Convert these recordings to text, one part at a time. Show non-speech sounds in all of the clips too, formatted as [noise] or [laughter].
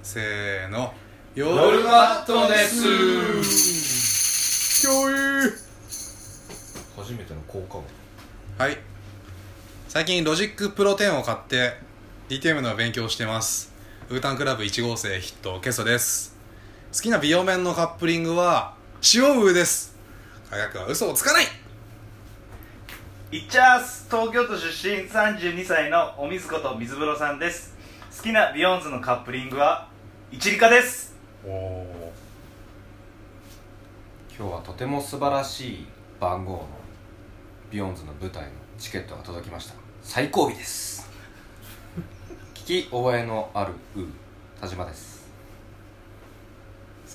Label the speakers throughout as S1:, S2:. S1: せーの夜
S2: 夜マットネス
S1: 共有
S2: 初めての効果音
S1: はい最近ロジックプロ10を買って DTM の勉強をしてますウータンクラブ1号生ヒットケソです好きな美容面のカップリングは塩ウーです科学は嘘をつかない
S3: いっちゃーす東京都出身32歳のお水こと水風呂さんです好きなビヨンズのカップリングはイチリカです
S1: おお
S4: 今日はとても素晴らしい番号のビヨンズの舞台のチケットが届きました最後尾 [laughs] です聞き覚えのあるう田島です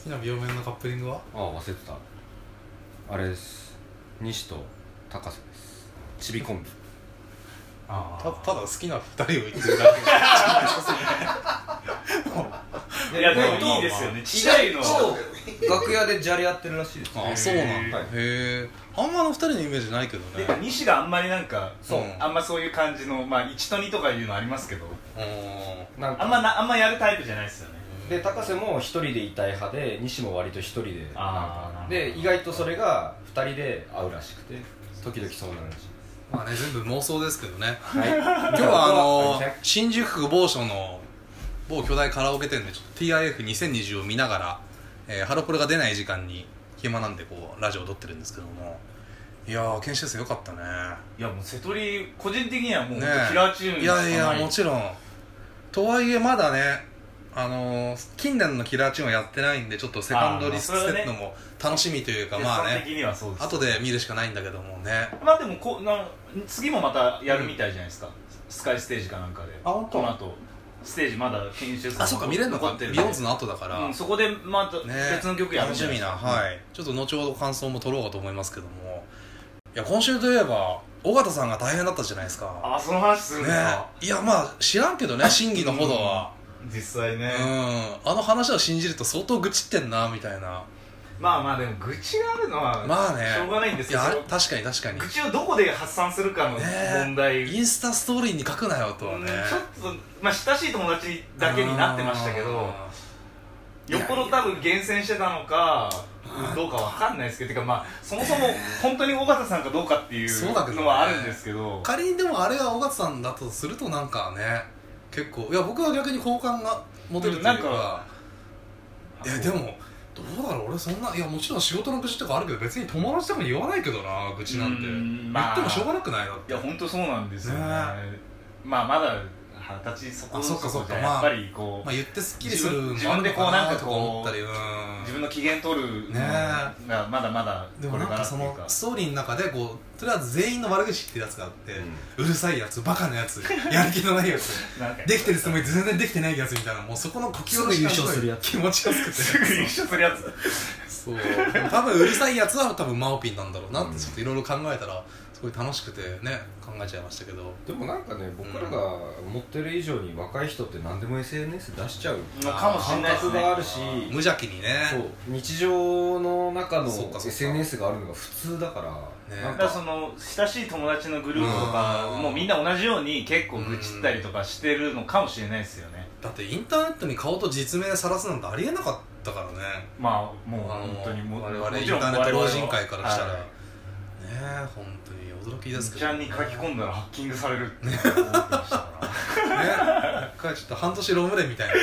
S1: 好きな美容面のカップリングは
S4: ああ忘れてたあれです西と高瀬ですちびコンビ
S2: あ
S1: たただ好きな2人を言ってるだけ
S3: いやで
S2: まあまあ
S3: もいいですよねちっちゃいの
S4: 楽屋でじゃれ合ってるらしいです
S1: あそうなん [laughs] だへえあんまあの2人のイメージないけど
S3: て
S1: ね
S3: か西があんまりなんか
S1: そう
S3: あんまそういう感じのまあ1と2とかいうのありますけど
S1: うん
S4: なんか
S3: あんまなあんまやるタイプじゃないですよね
S4: で高瀬も一人でいたい派で西も割と一人でなん
S3: あーなる
S4: か
S3: ほど
S4: で意外とそれが二人で会うらしくて時々そうなるらしい
S1: まあね全部妄想ですけどね
S4: はい、 [laughs] 今
S1: 今日はあのー新宿区某所の某巨大カラオケ店でちょっと TIF2020 を見ながら、えーハロプロが出ない時間に暇なんでこうラジオを撮ってるんですけどもいやー研修生よかったね
S3: いやもう瀬戸利個人的にはも
S1: ね
S3: うキラーチューン
S1: いやいやも
S3: ろ
S1: ちろんとはいえまだねあのー近年のキラーチューンはやってないんでちょっとセカンドリス
S3: あーまあそ
S1: セ
S3: れ
S1: ッ
S3: は
S1: ト
S3: ね
S1: も楽しみというか
S3: ん
S1: まあ
S3: 的
S1: ね
S3: にはそうです
S1: 後で見るしかないんだけどもね
S3: まあでもこうな次もまたやるみたいじゃないですか、スカイステージかなんかで
S1: あ本当
S3: この後ステージまだ研修生
S1: あそうか見れるの
S3: 残
S1: か
S3: ってるん
S1: ビ
S3: で
S1: ヨンズの後だから、
S3: うん、そこでまた
S1: ね
S3: 別の曲やるん
S1: 楽
S3: じ
S1: し
S3: ゃない
S1: み
S3: です
S1: な
S3: か
S1: はいちょっと後ほど感想も取ろうかと思いますけどもいや今週といえば尾形さんが大変だったじゃないですか
S3: あその話する
S1: ね
S3: んだ、
S1: いやまあ知らんけどね真偽のほどは
S3: 実際
S1: うん、
S3: ね
S1: あの話を信じると相当愚痴ってんなみたいな
S3: まあまあでも愚痴があるのは
S1: まあね
S3: しょうがないんです
S1: い
S3: けど
S1: やあれ確かに確かに
S3: 愚痴をどこで発散するかの
S1: ね
S3: 問題、
S1: インスタストーリーに書くなよとは
S3: うん
S1: ね
S3: ちょっと、まあ、親しい友達だけになってましたけど
S1: いや
S3: よっぽど多分厳選してたのかどうかわかんないですけどてかまあそもそも本当に尾形さんかどうかってい
S1: そう
S3: う
S1: だけどね
S3: のはあるんですけど
S1: 仮にでもあれが尾形さんだとするとなんかね結構いや僕は逆に好感が持てるというか,、
S3: うんなんか
S1: いやでもどうだろう俺そんないやもちろん仕事の愚痴とかあるけど別に友達とかに言わないけどな愚痴なんて、
S3: うんまあ
S1: 言ってもしょうがなくないだって
S3: いや本当そうなんですよね
S1: ね
S3: まあまだ二十歳そこ
S1: あそっかそっか
S3: じゃ
S1: まあ
S3: やっぱりこう、
S1: まあ、言ってすっきりするのも
S3: 自分
S1: あるのかな
S3: 自分でこうなんか
S1: と
S3: こ
S1: か
S3: う
S1: 思ったりうん
S3: 自分の機嫌取るの
S1: ね
S3: がまだまだ
S1: でもなんかそ
S3: これ
S1: の
S3: からっていう
S1: ストーリーの中でこうとりあえず全員の悪口ってやつがあって、うるさいやつバカなや
S3: [laughs]
S1: つやる気のないやつ
S3: なんか
S1: できてるつもりで全然できてないやつみたいなもうそこの呼吸の時間
S4: すぐ優勝するやつ
S1: 気持ちよすくて
S3: すぐ優勝するやつ
S1: そう多分うるさいやつは多分マオピンなんだろうなってちょっといろいろ考えたらすごい楽しくてね考えちゃいましたけど
S4: でもなんかね僕らが思ってる以上に若い人って何でも SNS 出しちゃう
S3: のかもしれ
S4: 感
S3: ないです
S4: 覚
S3: ね
S4: があるし
S1: 無邪気にね
S4: そう日常の中の
S1: そうかそうか
S4: SNS があるのが普通だから
S1: ね
S4: な
S3: だ
S4: ん
S3: から
S4: か
S3: その親しい友達のグループと
S1: う
S3: か
S1: ん
S3: もうみんな同じように結構愚痴ったりとかしてるのかもしれないですよね
S1: だってインターネットに顔と実名さらすなんてありえなかったからね
S3: まあもう
S1: あの
S3: 本当にもう
S1: 我々
S3: も
S1: イン
S3: ち
S1: タ
S3: ろん
S1: ーネット老人会
S3: 我
S1: か
S3: 々
S1: ら
S3: は
S1: したら
S3: は
S1: ね
S3: い
S1: え本当に驚きですけ
S3: ち
S1: ど
S3: ゃんに書き込んだらハッキングされるって思ってましたから
S1: ね、一回ちょっと半年ロムレみたいな、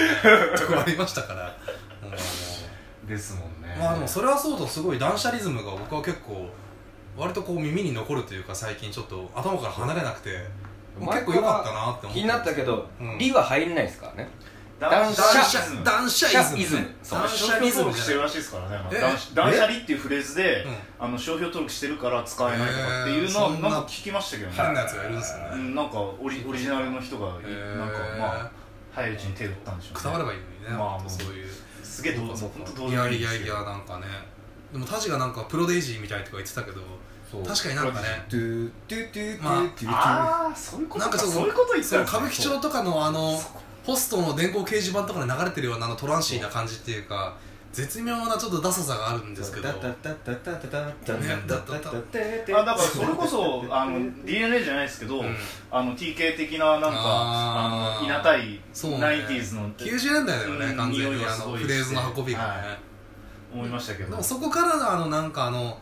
S1: ね、とこありましたから、うん
S3: ですもんね
S1: まあでもそれはそうとすごい断捨リズムが僕は結構割とこう耳に残るというか最近ちょっと頭から離れなくてもう結構良かったなって思って
S4: 気になったけど
S1: うん
S4: 「り」は入れないですからね
S3: 断
S4: 断
S3: 捨
S1: 断
S3: リ
S1: 捨
S3: ズム
S1: 断捨イズムね
S4: そう
S1: 断
S3: 商
S1: 捨
S3: 標
S1: リズム
S3: 登録して
S1: じゃ
S3: る
S1: ない
S3: らしいですからね
S1: え
S3: 断捨断捨離っていうフレーズで
S1: う、
S3: あの商標登録してるから使えないとかっていうのは
S1: えー
S3: なんか聞きましたけどね、
S1: 変なやつがいるんですよ
S3: う
S1: ね、
S3: んなんかオリオリジナルの人がい、
S1: えー
S3: なんかまあ入るうちに手を打ったんでしょうね
S1: くたばればいいのにね、
S3: まあ
S1: 本当そういう
S3: すげえどうもう
S1: そうか
S3: 本当どう
S1: い
S3: でも
S1: や
S3: いいん
S1: い
S3: で
S1: や
S3: す
S1: い
S3: け
S1: や
S3: ど
S1: なんかねでもタジがなんかプロデイジーみたいとか言ってたけど
S4: そう
S1: 確かになんかね
S4: トゥートゥートゥート
S1: まあ
S4: ゥートゥートゥー
S3: ああそういうこと
S1: なん
S3: か
S1: かそう
S3: そういうこと言って
S1: そ
S3: た
S1: の
S3: んです
S1: 歌舞
S3: ね
S1: 伎町とかのあのホストの電光掲示板とかで流れてるようなあのトランシーな感じっていうか絶妙なちょっとダサさがあるんですけど
S4: タタタタタタタタ
S1: ね
S4: タタタタ
S3: あだからそれこ
S1: [laughs]
S3: そあの DNA じゃないですけど、
S1: うん
S3: あの TK 的ななんか
S1: あ
S3: あ
S1: ー
S3: のいなたい
S1: そうね
S3: ナイティーズの
S1: 90年代だよね、
S3: うん
S1: 完全
S3: 匂い
S1: に
S3: が
S1: あ
S3: す
S1: の
S3: ごい
S1: フレーズの運びがね、
S3: は思いました
S1: で
S3: けど
S1: もそこからのあのなんかあの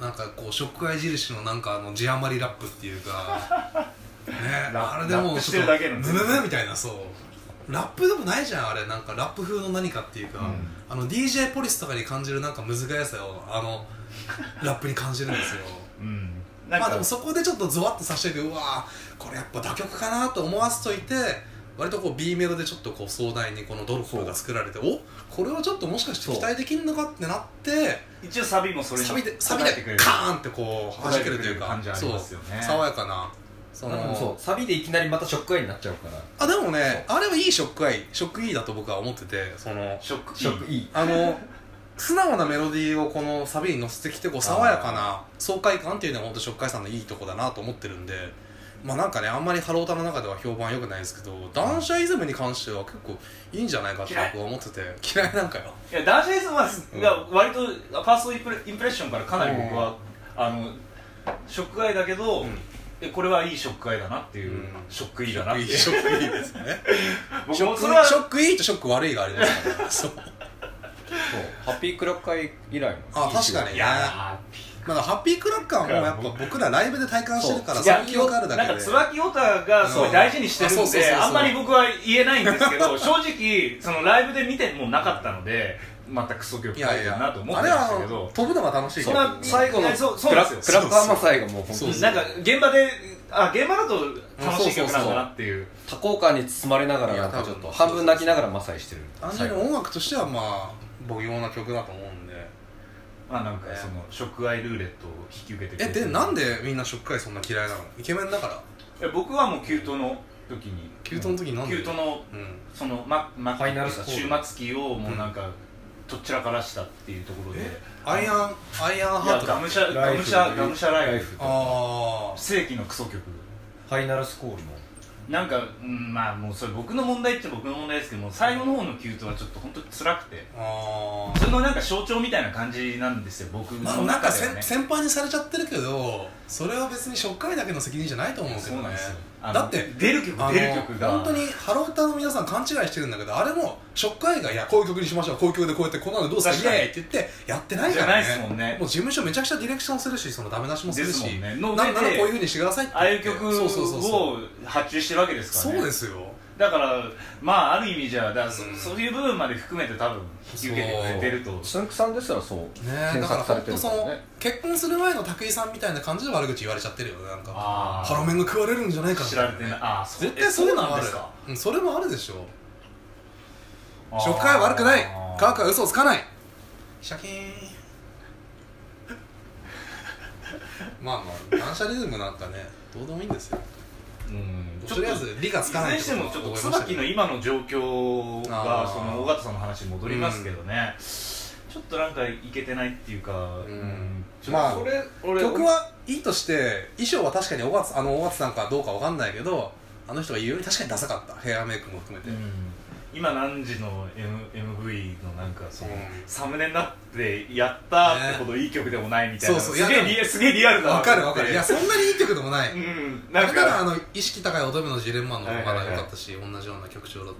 S1: なんかこう食愛印のなんかあの字余りラップっていうか
S3: [laughs]
S1: ね
S3: ラ
S1: あれでも
S3: ラップし
S1: ち
S3: て
S1: ょっ
S3: る
S1: と
S3: だけの
S1: ムムムみたいなそうラップでもないじゃんあれなんかラップ風の何かっていうか、
S3: うん
S1: あの DJ ポリスとかに感じるなんか難しさをあのラップに感じるんですよ
S3: うんなん
S1: まあ
S3: か、
S1: でもそこでちょっとゾワッとさせてるうわーこれやっぱ打曲かなと思わせといて割とこう B メロでちょっとこう壮大にこのドロップが作られておこれはちょっともしかして期待できるのかってなって
S3: 一応サビもそれに
S1: サビでサビで
S2: 答えてくれる
S1: カーンってこう弾けるというか
S2: 答えてくれる感じありますよね
S1: そう爽やかなそ
S4: なんかもうそうサビでいきなりまたショックアイになっちゃうから
S1: あでもねあれはいいショックアイショックイーだと僕は思っててその
S3: ショック
S4: ショックいい
S1: あの素直なメロディーをこのサビに乗せてきてこう爽やかな爽快感っていうのは本当ショックアイさんのいいとこだなと思ってるんでまあなんかねあんまりハロータの中では評判良くないですけど断捨イズムに関しては結構いいんじゃないかって僕は思ってて嫌いなんかよ
S3: いやダンシャイズは、が割とファーストインプレインプレッションからかなり僕は、あのショックアイだけど、
S1: うん
S3: えこれはいいショックアイだなっていう、
S1: うん
S3: ショックイーだなっていう
S1: ショックイーですねシ
S3: 僕
S1: ョッ
S3: も
S1: ク
S3: それは
S1: ショックいいとショック悪いがありますからそう
S4: そうハッピークラッカー以来の
S1: あ確かに
S3: い
S1: ね
S3: や
S1: まだハッピークラッカーはもうやっぱ僕らライブで体感してるから
S3: ーいや
S1: その記憶あるだ
S3: なん
S1: け
S3: か
S1: で
S3: 椿オタがすごい大事にしてる
S1: うんあ
S3: ん
S1: そうそうそう
S3: で
S1: そう
S3: あんまり僕は言えないんです
S1: [laughs]
S3: けど正直そのライブで見てもなかったのでまたクソ曲
S1: い
S3: 書いて
S1: やい
S3: る
S1: や
S3: なと思っ
S1: あ
S3: て
S1: れ
S3: ましたけ
S1: は
S3: ど
S1: 飛ぶのが楽しい
S3: そ
S1: け
S3: ん
S1: ど
S3: な最後
S4: い
S3: の
S4: や
S3: そうそ
S4: ク
S3: うな
S4: ラ
S3: んですよ
S4: クラッカーマサイがもう本当
S1: そう
S4: に
S1: そう
S3: なんか現場であ現場だと楽しい曲なんだなっていう
S4: 多幸感に包まれながらなんかちょっと半分泣きながらマサイしてる
S1: 単純に音楽としてはまあ母用な曲だと思うんで
S3: まあなんかその食愛ルーレットを引き受けて
S1: え
S3: くれて
S1: でなんでみんな食会そんな嫌いなのイケメンだから
S3: いや僕はもうキュートの時に
S1: キュートの時なんで
S3: キュートの
S1: うん
S3: そのまま
S4: ファイナルスコール
S3: 終末期をもうなんか、とっちらからしたっていうところでい
S1: アイアンアイアンハ
S3: や
S1: ート
S3: ガ
S1: だ
S3: ムシャガムシャガムシャライフ
S1: あ
S3: 世紀のクソ曲
S4: ファイナルスコールも
S3: なんか、うん、まあもうそれ僕の問題っちゃ僕の問題ですけども最後の方のキュートはちょっと本当に辛くて
S1: ーあー
S3: それのなんか象徴みたいな感じなんですよ僕の
S1: まあ
S3: 中では、ね
S1: なんか先先輩にされちゃってるけどそれは別に食会だけの責任じゃないと思うんです
S3: そ
S1: よ
S3: う
S1: ね
S3: なんですよあの
S1: だって
S3: 出る曲
S1: あ
S3: 出る曲
S1: の
S3: が
S1: 本当にハロータの皆さん勘違いしてるんだけどあれもショックアイが「いやこういう曲にしましょうこういう曲でこうやってこんなのどうすか
S3: 確か
S1: イ
S3: に
S1: エーイ!」って言ってやってない
S3: じ
S1: か
S3: ゃな
S1: ら
S3: いですも
S1: ね
S3: んね
S1: もう事務所めちゃくちゃディレクションするしそのダメ出しもする
S3: です
S1: し
S3: もんね
S1: な
S3: の
S1: んな
S3: 上
S1: ら
S3: で
S1: こういうふうにしてくださいって
S3: ああいう曲
S1: そうそうそうそう
S3: を発注してるわけです
S1: そ
S3: からね
S1: うですよ
S3: だからまあある意味じゃだからそ,、
S1: う
S3: うんそういう部分まで含めて多分引き受けてくれてると
S4: スンクさんですらそう
S1: ねえ
S4: 検
S1: だから
S4: 索され
S1: 本当
S4: てるか
S1: そ
S4: ら
S1: の
S4: ね
S1: 結婚する前の武井さんみたいな感じで悪口言われちゃってるよねなんか
S3: あ
S1: ハロメンが食われるんじゃないかみ
S3: 知
S1: た
S3: ら
S1: い
S3: れてない
S1: な
S3: ああそ
S1: 絶対そういうのはある
S3: えそうなん
S1: うんそれもあるでしょ
S3: ですか
S1: 食会は悪くない
S3: あー
S1: 科学は嘘をつかないシャキーンまあまあ断捨リズムなんかねどうでもいいんですよ
S3: うんちょっ
S1: とりあえず理がつかない
S3: いずれにしてもちょっと
S1: 覚えましたけ
S3: 椿
S1: ど
S3: の今の状況
S1: あ
S3: が
S1: ー
S3: その尾形さんの話に戻りますけどね、ちょっとなんかいけてないっていうか、うんちょっと
S1: まあ
S3: それ俺
S1: 曲はいいとして衣装は確かに尾形あの尾形さんかどうかわかんないけどあの人が言うように確かにダサかったヘアメイクも含めて、
S3: 今何時の、M、MV のなんかその、
S1: うん
S3: サムネになってやったーってほどいい曲でもないみたいな、
S1: ねそうそう
S3: すげえ
S1: いや
S3: リすげえリアルだな
S1: わかるわかるいや
S3: や
S1: そんなにいい曲でもない、
S3: うんな
S1: だ
S3: ん
S1: から
S3: か
S1: あの意識高い乙女のジレンマの方
S3: はい
S1: が
S3: はい
S1: 良
S3: はい
S1: かったし、同じような曲調だと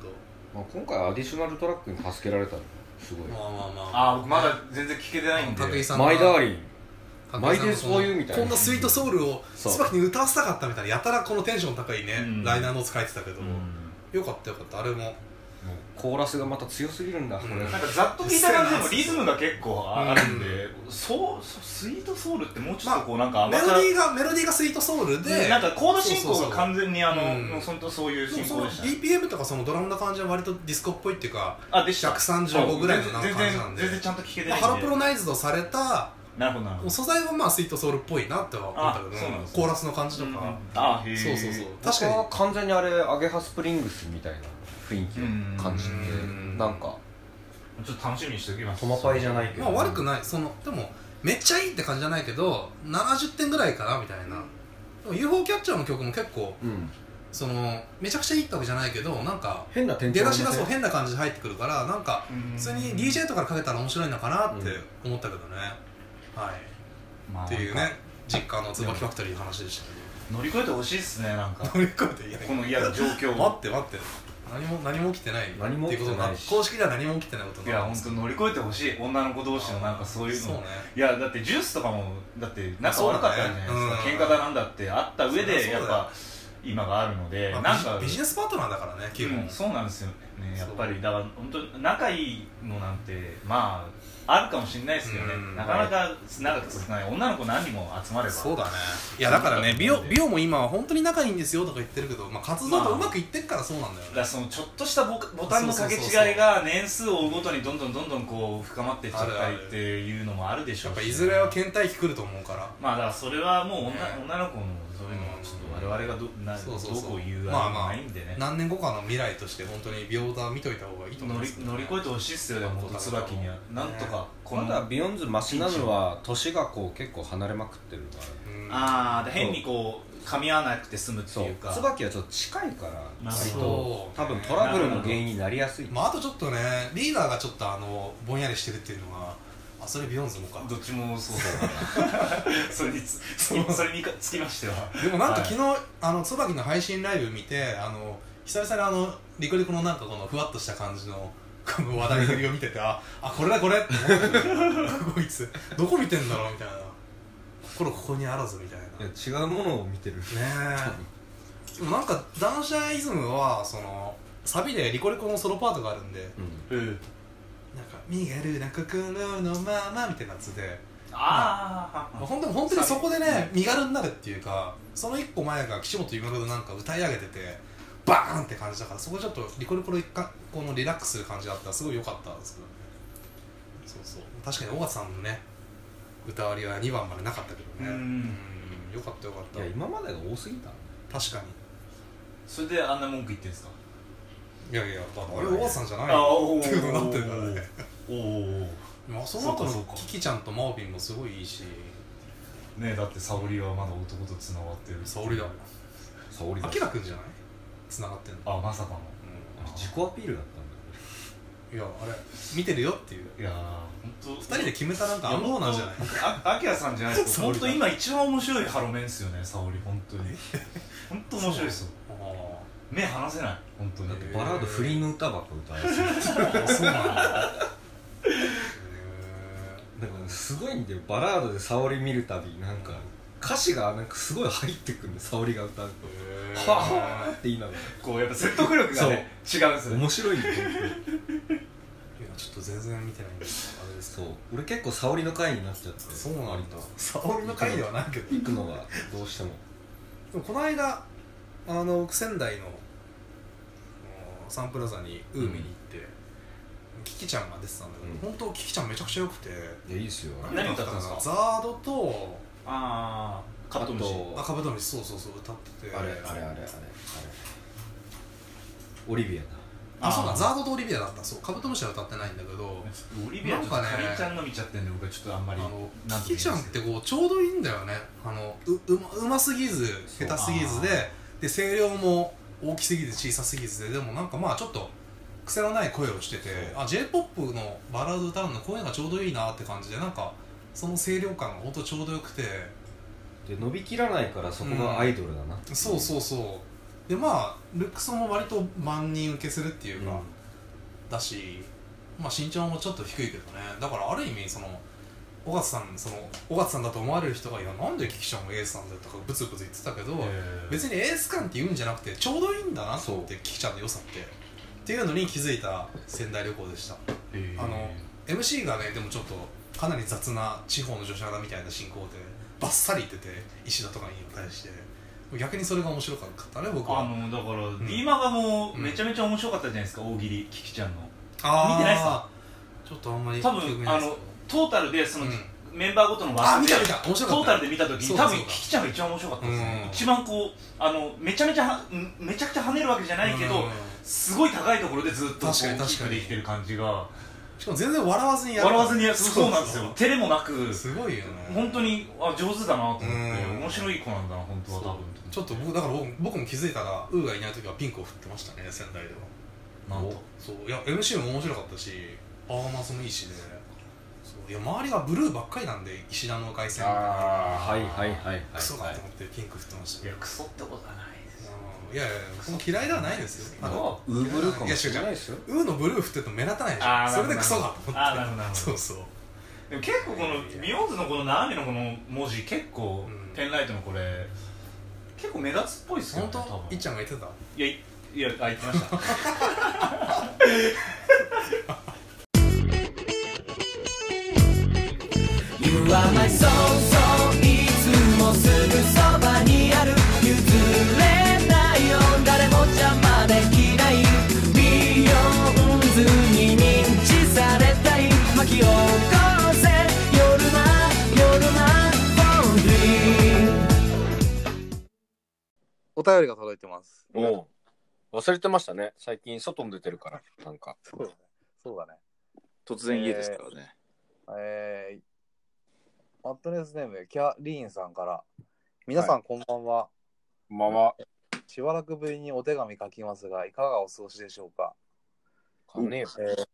S4: まあ今回アディショナルトラックに助けられたのすごい
S1: まあまあまあ
S3: あー僕まだ全然聞けてないんで
S1: 武井さんが
S4: マイダーリン
S1: マイデンス
S4: マイデンスフォーユーみたいな
S1: こんなスイートソウルを
S4: そう
S1: 椿に歌わせたかったみたいなやたらこのテンション高いね、
S3: うん
S1: ライナーノーツ書いてたけど、
S3: うん
S1: よかったよかったあれも
S4: コーラスがまた強すぎるんだこれ
S1: うん
S3: なんかざっと聞いた感じでもリズムが結構あるんで、そうそうスイートソウルってもうちょっとこうなんか
S1: メロ
S3: 甘さ、
S1: ディーがメロディーがスイートソウルで、
S3: うんなんかコード進
S1: そう
S3: 行
S1: そうそ
S3: が
S1: う
S3: 完全にあの
S1: うん
S3: もう本当そういう
S1: で
S3: 進
S1: もそ
S3: 行
S1: の
S3: でしたね
S1: BPM とかそのドラムな感じは割とディスコっぽいっていうか
S3: あでした
S1: 135ぐらいのなんか
S3: 全
S1: 感じ
S3: 然
S1: なんで
S3: 全然ちゃんと聞けて
S1: まあ
S3: ないんで、
S1: ハロプロナイズドされた
S3: なるほどなるほど
S1: 素材はまあスイートソウルっぽいなっては思ったけ
S3: あ
S1: ど、
S3: そうなんですね
S1: コーラスの感じと
S3: うん
S1: か、
S3: あへえ
S1: そうそうそう確か
S4: 確か
S1: に
S4: は完全にあれアゲハスプリングスみたいな雰囲気を感じ
S1: う
S4: て
S1: ん
S4: なんか
S3: ちょっと楽しみにしておきます
S4: トマパイじゃないけど
S1: まあ悪くないそのでもめっちゃいいって感じじゃないけど70点ぐらいかなみたいなでも UFO キャッチャーの曲も結構
S4: うん
S1: そのめちゃくちゃいいってわけじゃないけどなんか
S5: 変な展
S1: 出
S5: 開
S1: だしがそう変な感じで入ってくるからなんか
S3: うん
S1: 普通に DJ とかでかけたら面白いのかなって思ったけどね、はい
S3: まあ
S1: っていう
S3: なん
S1: ね
S3: か
S1: 実家の椿ファクトリーの話でした
S3: 乗り越えてほしいっすねなん
S1: [laughs]
S3: か
S1: けど乗り越えていけない
S3: この嫌な状況
S1: 待
S3: を
S1: って待って何も何も起きてない
S5: 何も起きてないし
S1: っていうことに公式では何も起きてないこと
S3: い
S1: にな
S3: や
S1: るん
S3: 本
S1: です
S3: 当乗り越えてほしい女の子同士のなんかそういう
S1: そう
S3: の
S1: ね
S3: いやだってジュースとかもだって仲悪かったじゃないですか、
S1: そうだねうん
S3: 喧嘩だなんだってあった上
S1: そ
S3: で
S1: りゃ
S3: や
S1: そ
S3: っ
S1: うだよ
S3: ぱ今があるので、
S1: まあ
S3: なん
S1: ビジ
S3: か
S1: ビジネスパートナーだからね基本、
S3: うんそうなんですよねやっぱ
S1: そ
S3: りだから本当仲いいのなんてまああるかもしれないですけどね、
S1: うん
S3: なかなか長く続かない女の子何人も集まれば
S1: そうだねいやだからね
S3: そう
S1: 美容美容も今は本当に仲いいんですよとか言ってるけど、まあ、活動とうまくいってるからそうなんだよね、
S3: だからそのちょっとしたボボタンの掛け違いが年数を追うごとにどんどんどんどんこう深まってっちゃったりっていうのもあるでしょ
S1: や
S3: う
S1: っ
S3: し
S1: ぱいずれは倦怠期来ると思うから
S3: まあだからそれはもう女,、
S1: ね
S3: 女の子のそういうのはちょっと我々がどな
S1: そうそうそう
S3: どこ言う
S1: まあま
S3: あ
S1: あ
S3: れもないんでね、
S1: 何年後かの未来として本当に平等見といた方がいいと思い
S3: 乗
S1: ま
S3: り
S1: すけどね
S3: 乗り越えてほしいっすよでも本当椿にはなんとかこの、
S4: まだビヨンズマシなのは年がこう結構離れまくってるから
S1: うん
S3: ああ変にこう噛み合わなくて済むって
S4: そう
S3: いうか
S4: 椿はちょっと近いから
S3: なる
S4: 割
S3: ほ
S4: と
S1: そう
S4: 多分トラブルの原因になりやすい
S1: まああとちょっとねリーダーがちょっとあのぼんやりしてるっていうのがあそれビヨンズもか
S3: [laughs] どっちもそうだから
S1: [laughs]
S3: それにつそそれにかつきましては
S1: でもなんか
S3: はい
S1: 昨日、あの椿の配信ライブ見てあの久々にあのリコリコのなんかこのふわっとした感じのこの話題振りを見ててああこれだこれって思って [laughs] こいつどこ見てんだろうみたいな心ここにあらずみたいなね
S5: いや違うものを見てる
S1: えでもなんか男子イズムはそのサビでリコリコのソロパートがあるんで
S4: うん
S3: うん
S1: なんか「ミゲルな心のまま」みたいなやつで
S3: あ
S1: まあ本当に本当にそこでね身軽になるっていうかその一個前が岸本ゆめろなんか歌い上げててバーンって感じだからそこちょっとリコリコの一環このリラックスする感じがあったらすごい良かったんですけどねそうそう確かに尾形さんのね歌割りは2番までなかったけ
S3: あ
S1: ど
S3: う
S1: ね
S3: ん
S1: うん良かった良かっ
S4: いや今までが多すぎた
S1: た確か
S3: それであんな文句言ってるんですか
S1: にいやいやだってあれ尾形さんじゃない
S3: あ
S1: よ [laughs]
S3: おー
S1: っていうことになってるからね
S3: おー
S1: まあその後の
S3: そうかそうか
S1: キキちゃんとマオビンもすごいいいし
S3: ねえだって沙織はまだ男と繋がってる
S1: 沙織だ
S4: 沙織
S1: ア
S4: だ
S1: キラくんじゃない繋がってんの
S3: あまさかの
S1: う
S4: 自己アピールだったんだよ
S1: んいやあれ見てるよっていう
S3: いやー本当
S1: 二人で決めたなんか
S3: いや
S1: 暗号なんじゃない
S3: 本当あきらさんじゃない
S1: [laughs]
S3: ですか
S1: 沙織
S3: 本
S1: だ
S3: 当今一番面白いハロメンっすよね沙織本当に本当面白いですよ目離せない本当に
S1: だって
S4: バラード不倫の歌ばっか歌われてる
S1: あそうなんだ
S5: なんかすごいんだよバラードで沙織見るたびなんか歌詞がなんかすごい入ってくんで沙織が歌うと「はぁはぁ」って言いながら
S3: こうやっぱ説得力がね違うんですよね
S5: 面白いよ本当に
S1: いやちょっと全然見てないんですあれです
S5: そう俺結構沙織の回になっちゃって
S1: そうなんだ沙織の回ではないけどで
S5: 行くのがどうしても
S1: もこの間あの僕仙台のあのサンプラザにウーミに行って、キキちゃんが出てたんだけど、
S4: うん
S1: 本当キキちゃんめちゃくちゃ良くて
S4: いやいいっすよ
S3: ね何歌ったんですか
S1: ザードと
S3: ああカブトムシ
S1: あ
S4: あと
S1: カブトムシそうそうそう歌ってて
S4: あれあれあれあれあれオリビアだ
S1: あそうだザードとオリビアだったそうカブトムシは歌ってないんだけど
S3: オリビアちょっと
S1: なん
S3: か
S1: かね
S3: りんちゃんの見ちゃってんで僕はちょっとあんま
S1: あ
S3: り
S1: の
S3: なんとも言えない
S1: キキちゃんってこうちょうどいいんだよねあのううまうますぎず
S4: そ
S1: 下
S4: う
S1: 手すぎずでで声量も大きすぎず小さすぎずででもなんかまあちょっと癖のない声をしててあ j p o p のバラード歌うの声がちょうどいいなって感じでなんかその声量感がほんとちょうどよくて
S4: で伸びきらないからそこがアイドルだなってい
S1: そうそうそうでまあルックスも割と万人受けするっていうか、
S4: うん
S1: だし、まあ、身長もちょっと低いけどねだからある意味その尾形さんその尾形さんだと思われる人が「いやなんでキキちゃんもエースなんだよ」とかブツブツ言ってたけど、
S3: えー
S1: 別にエース感って言うんじゃなくてちょうどいいんだなって
S4: そう
S1: キキちゃんの良さってっていうのに気づいた仙台旅行でした
S3: えー
S1: あの MC がねでもちょっとかなり雑な地方の女子アナみたいな進行でバッサリ言ってて石田とかに対して逆にそれが面白かったね僕は
S3: あのだから、
S1: ん
S3: D マガもめちゃめちゃ面白かったじゃないですか、大喜利キキちゃんの
S1: あー
S3: 見てないっすか
S1: ちょっとあんまり
S3: 多
S1: 記憶に
S3: 分
S1: ない
S3: あ
S1: っすけ
S3: の
S1: ど
S3: トータルでその、
S1: うん
S3: メンバーごとの
S1: あ
S3: 枠
S1: 見
S3: で
S1: た見た面白か
S3: ト
S1: っ
S3: ー
S1: た
S3: タルで見た時
S1: そう
S3: に
S1: だ
S3: 多
S1: そう
S3: 分
S1: だ
S3: キキちゃんが一番面白かったですね
S1: うん
S3: 一番こうあのめちゃめちゃはうんめちゃくちゃ跳ねるわけじゃないけど
S1: うん
S3: すごい高いところでずっとこう
S1: 確かに確かに
S3: キープできてる感じが
S1: しかも全然笑わずにやる
S6: 笑わずにやるそうなんですよ照れもなく
S1: すごいよね
S6: 本当にあ上手だなと思って
S1: うん
S6: 面白い子なんだな本当は多分
S1: ちょっと僕だから僕僕も気づいたらウーがいない時はピンクを振ってましたね仙台では
S6: なんと
S1: そういや MC も面白かったしパフォーマンスもいいしでそういや周りがブルーばっかりなんで石田の凱旋
S7: はいはいはいはい
S1: クソ
S7: は
S1: か
S7: い
S1: と思ってピンク振ってました
S6: い
S1: ね
S6: やクソってことはないです
S1: いやいやいや僕も嫌いではないですよ
S7: ま
S1: あ
S7: あ
S1: の
S7: ウーブルーかもしれないですよ
S1: ウーのブルー振ってると目立たないでし
S6: あー
S1: ょそれでクソかと
S6: なるほ
S1: 思
S6: どあーなるほどな
S1: っ
S6: る
S1: て
S6: ほど
S1: そうそう
S6: でも結構このビヨーンズのこの斜めのこの文字結構
S1: うん
S6: ペンライトのこれ結構目立つっぽいっすよ
S1: 本
S6: ね多分
S1: 当いっちゃんが言ってた
S6: いやいいやあ言ってました
S8: You are my soul, soul いつもすぐそばにある譲れないよ誰も邪魔できないビヨンズに認知されたい巻き起こせ夜な夜な Only
S9: お便りが届いてます。
S7: お忘れてましたね最近外も出てるからなんか
S9: そうだね。そうだね。
S3: 突然家ですからね。
S9: えー、マットネスネーム、キャリーンさんから、皆さんこんばんは。
S7: こんばんは
S9: しばらくぶりにお手紙書きますが、いかがお過ごしでしょうか。
S7: かねえよ
S9: えー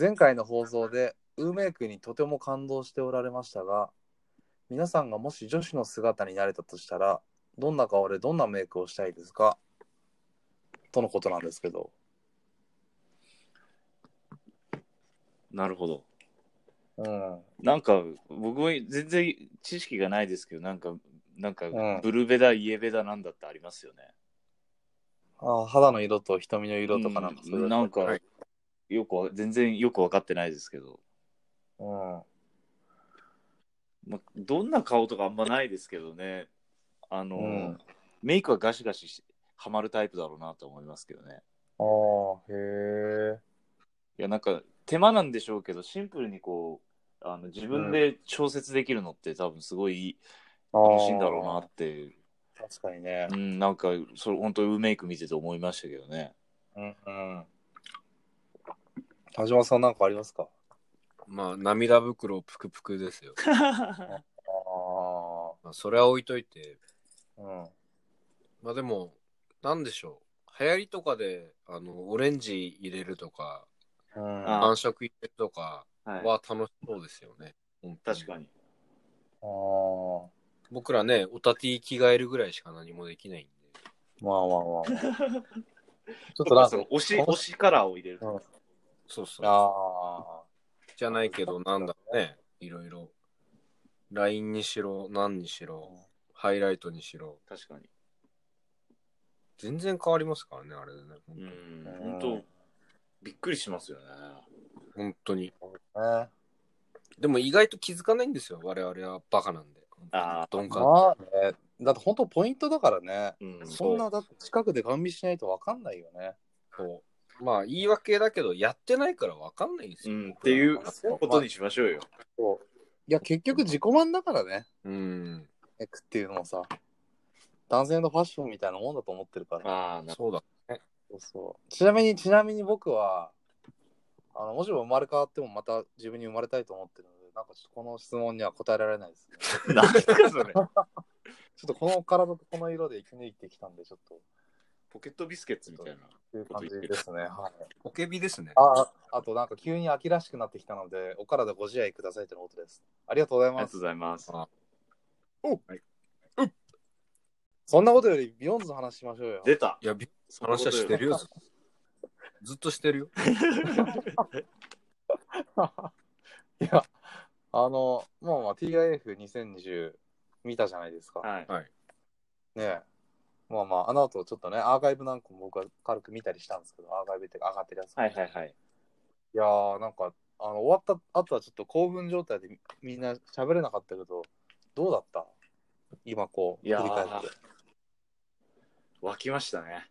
S9: 前回の放送で、ウーメイクにとても感動しておられましたが、皆さんがもし女子の姿になれたとしたら、どんな顔でどんなメイクをしたいですかとのことなんですけど。
S3: なるほど。
S9: うん。
S3: なんか、僕は全然知識がないですけど、なんか、なんか
S9: うん、
S3: ブルベだ、イエベだなんだってありますよね。
S9: あー肌の色と瞳の色とかなんかそう
S3: う
S9: いうん
S3: なんか、よくわ、全然よく分かってないですけど、
S9: うん。
S3: ま、どんな顔とかあんまないですけどね、あの、
S9: うん
S3: メイクはガシガシしはまるタイプだろうなと思いますけどね。
S9: ああ、へえ。
S3: いや、なんか、手間なんでしょうけど、シンプルにこう、あの自分で調節できるのって多分すごいいい楽しいんだろうなって
S9: な。確かにね
S3: う。ん、なんか、それ、本当ウーメイク見てて思いましたけどね。
S9: うんうん。田島さんなんかありますか
S7: まあ涙袋ぷくぷくで
S3: [laughs]
S7: すよ、
S9: ああ、
S7: まあ、それは置いといて
S9: うん。あ
S7: まあでも、なんでしょう。流行りとかで、あの、オレンジ入れるとか、
S3: あ
S7: 暖色入れるとか
S3: は
S7: は楽しそうですよね。
S3: い、確かに。
S9: あ、
S7: 僕らね、オタティ着替えるぐらいしか何もできないんで。
S9: まあま
S3: [laughs]
S9: あまあ。ち
S3: ち
S9: ょっとなんか、
S3: 推し、推しカラーを入れるとか。
S7: そうそう。
S9: あ
S7: じゃないけど、なんだろうね。いろいろ。ラインにしろ、何にしろ、ハイライトにしろ。
S3: 確かに。
S7: 全然変わりますからね、あれでね。本当
S3: う
S7: に
S3: ん
S9: う、ん
S3: 本当びっくりしますよね。
S7: 本当に。
S9: あ、ね。
S7: でも意外と気づかないんですよ。我々はバカなんで。
S3: あー
S7: 鈍感。
S9: まあね。だって本当ポイントだからね。
S3: うん、
S9: そんな、だって近くでガン見しないとわかんないよね。
S7: そうまあ言い訳だけど、やってないから分かんないんです
S3: う
S7: よ。
S3: ん、っていうことにしましょうよ。
S9: いや、結局自己満だからね。
S7: うん。
S9: エクっていうのもさ。男性のファッションみたいなもんだと思ってるから。
S3: ああ、なる
S7: そうだ。
S9: そうそう。ちなみに、ちなみに僕は、あの、もしも生まれ変わってもまた自分に生まれたいと思ってるので、なんかちょっとこの質問には答えられないですね。
S3: ほど。 [laughs] なんすか
S9: [laughs]
S3: それ。
S9: ちょっとこの体とこの色で生き抜いてきたんで、ちょっと、
S3: ポケットビスケッツみたいな。
S9: という感じですね。はい。
S7: ポケビですね。
S9: あ、あとなんか急に秋らしくなってきたので、お体ご自愛くださいとのことです。ありがとうござい
S3: あり
S9: ま
S3: がと
S9: す
S3: う。ございます。
S9: そんなことより、ビヨンズの話しましょうよ。
S3: 出た。
S7: いや、び
S3: そのこ
S7: 話
S3: と
S7: は
S3: よ
S7: してるよ。ずっとずっとしてるよ。
S9: [laughs] いや、あの、もうまあ TIF2020 見たじゃないですか。
S3: はい。
S9: ねえ。まあまあ、あの後ちょっとね、アーカイブなんかも僕は軽く見たりしたんですけど、アーカイブっていうか上がってるやつ。
S3: はいはいはい。
S9: いやー、なんか、あの、終わった後はちょっと興奮状態でみみんな喋れなかったけど、どうだった今こう、
S3: いや
S9: 振り返っ
S3: ー
S9: て。、
S3: 湧きましたね。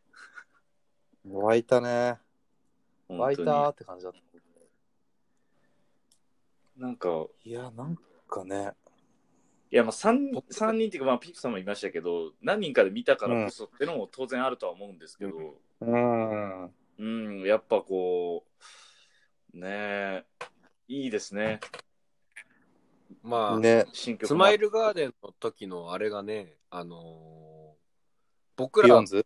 S9: 湧いたね。湧
S3: 本
S9: い
S3: 当
S9: た
S3: に
S9: ーって感じだった。
S3: なんか、
S9: いや、なんかね、
S3: いやまあ 3, 三人っていうか、まあ、ピクさんもいましたけど何人かで見たからこそってのも当然あるとは思うんですけど、
S9: うーん。
S3: うんやっぱこう
S10: ねえ。いいですね。
S7: まあ、
S9: ね。
S10: 新曲
S7: ス
S10: も
S7: マイルガーデンの時のあれがね、あのー僕
S9: ビヨ
S7: ら
S9: ン、ズ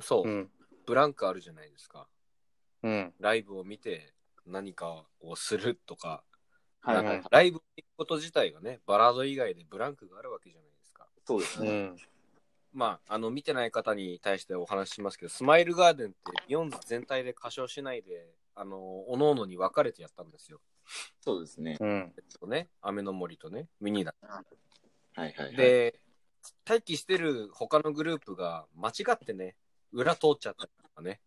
S7: そう、
S9: うん。
S7: ブランクあるじゃないですか。
S9: うん。
S7: ライブを見て何かをするとか、
S10: はいはいは
S9: う
S10: い
S9: ん。
S7: ライブに行くこと自体がね、バラード以外でブランクがあるわけじゃないですか。
S10: そうです
S9: う
S10: ね。
S9: ん。
S7: まあ、あの、見てない方に対してお話ししますけど、スマイルガーデンってビヨンズ全体で歌唱しないで、あのー、おののに分かれてやったんですよ。
S10: そうですね。
S9: うん。
S7: えっとね、雨の森とね、ウィニーだ。
S10: はいはいはい。
S7: で、待機してる他のグループが間違ってね、裏通っちゃったりとかね。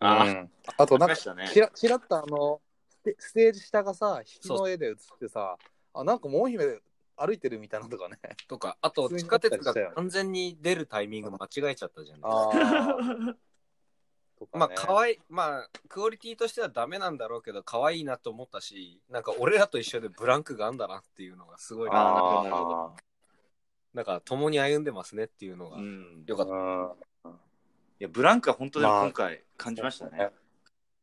S10: あ
S9: う
S10: ー、
S9: んあと
S10: あ
S9: な
S10: り
S9: んか
S10: ま、したね。
S9: ちらちらっとあのステ、ステージ下がさ、引きの絵で映ってさ、あ、なんかモン姫歩いてるみたいなのと
S7: [laughs]
S9: かね。
S7: とか、あと
S9: 普通
S7: 地
S9: に
S7: 下鉄
S9: 乗ったりしたよ
S7: が完全に出るタイミング間違えちゃったじゃない
S9: あーとかね
S7: まあ、可愛い、まあ、クオリティとしてはダメなんだろうけど、可愛いなと思ったし、なんか俺らと一緒でブランクがあんだなっていうのがすごいな。
S10: あーなるほ
S9: あ
S7: なんか共に歩んでますねっていうのが
S10: う。ん。
S7: よかった。
S9: ーうん
S10: いや、ブランクは本当に
S9: まあ
S10: 今回感じましたね。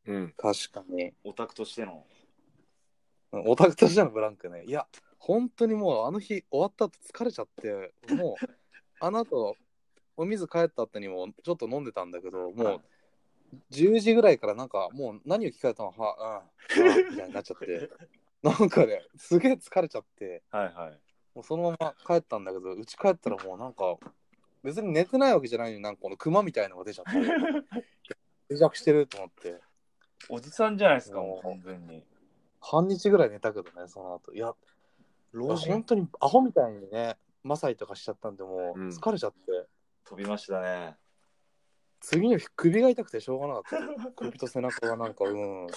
S7: うん。
S9: 確かに。
S10: オタクとしての。
S9: うんオタクとしてのブランクね。いや、本当にもうあの日終わった後疲れちゃって、もう、あの後、お水帰った後にもちょっと飲んでたんだけど、もう10時ぐらいからなんかもう何を聞かれたのは、うん、うん、みたいになっちゃって、なんかね、すげえ疲れちゃって、
S10: はいはい。
S9: もうそのまま帰ったんだけど、うち帰ったらもうなんか、別に寝てないわけじゃないのになんかこのクマみたいのが出ちゃって、衰弱してると思って、
S10: おじさんじゃないですか、
S9: も
S10: も
S9: う
S10: う完全に。
S9: 半日ぐらい寝たけどね、その後。いや、
S10: 老
S9: 本当にアホみたいにね、マサイとかしちゃったんで、もう
S7: うん
S9: 疲れちゃって、
S10: 飛びましたね。
S9: 次の日首が痛くてしょうがなか
S10: [laughs]
S9: った。首と背中がなんか、うん。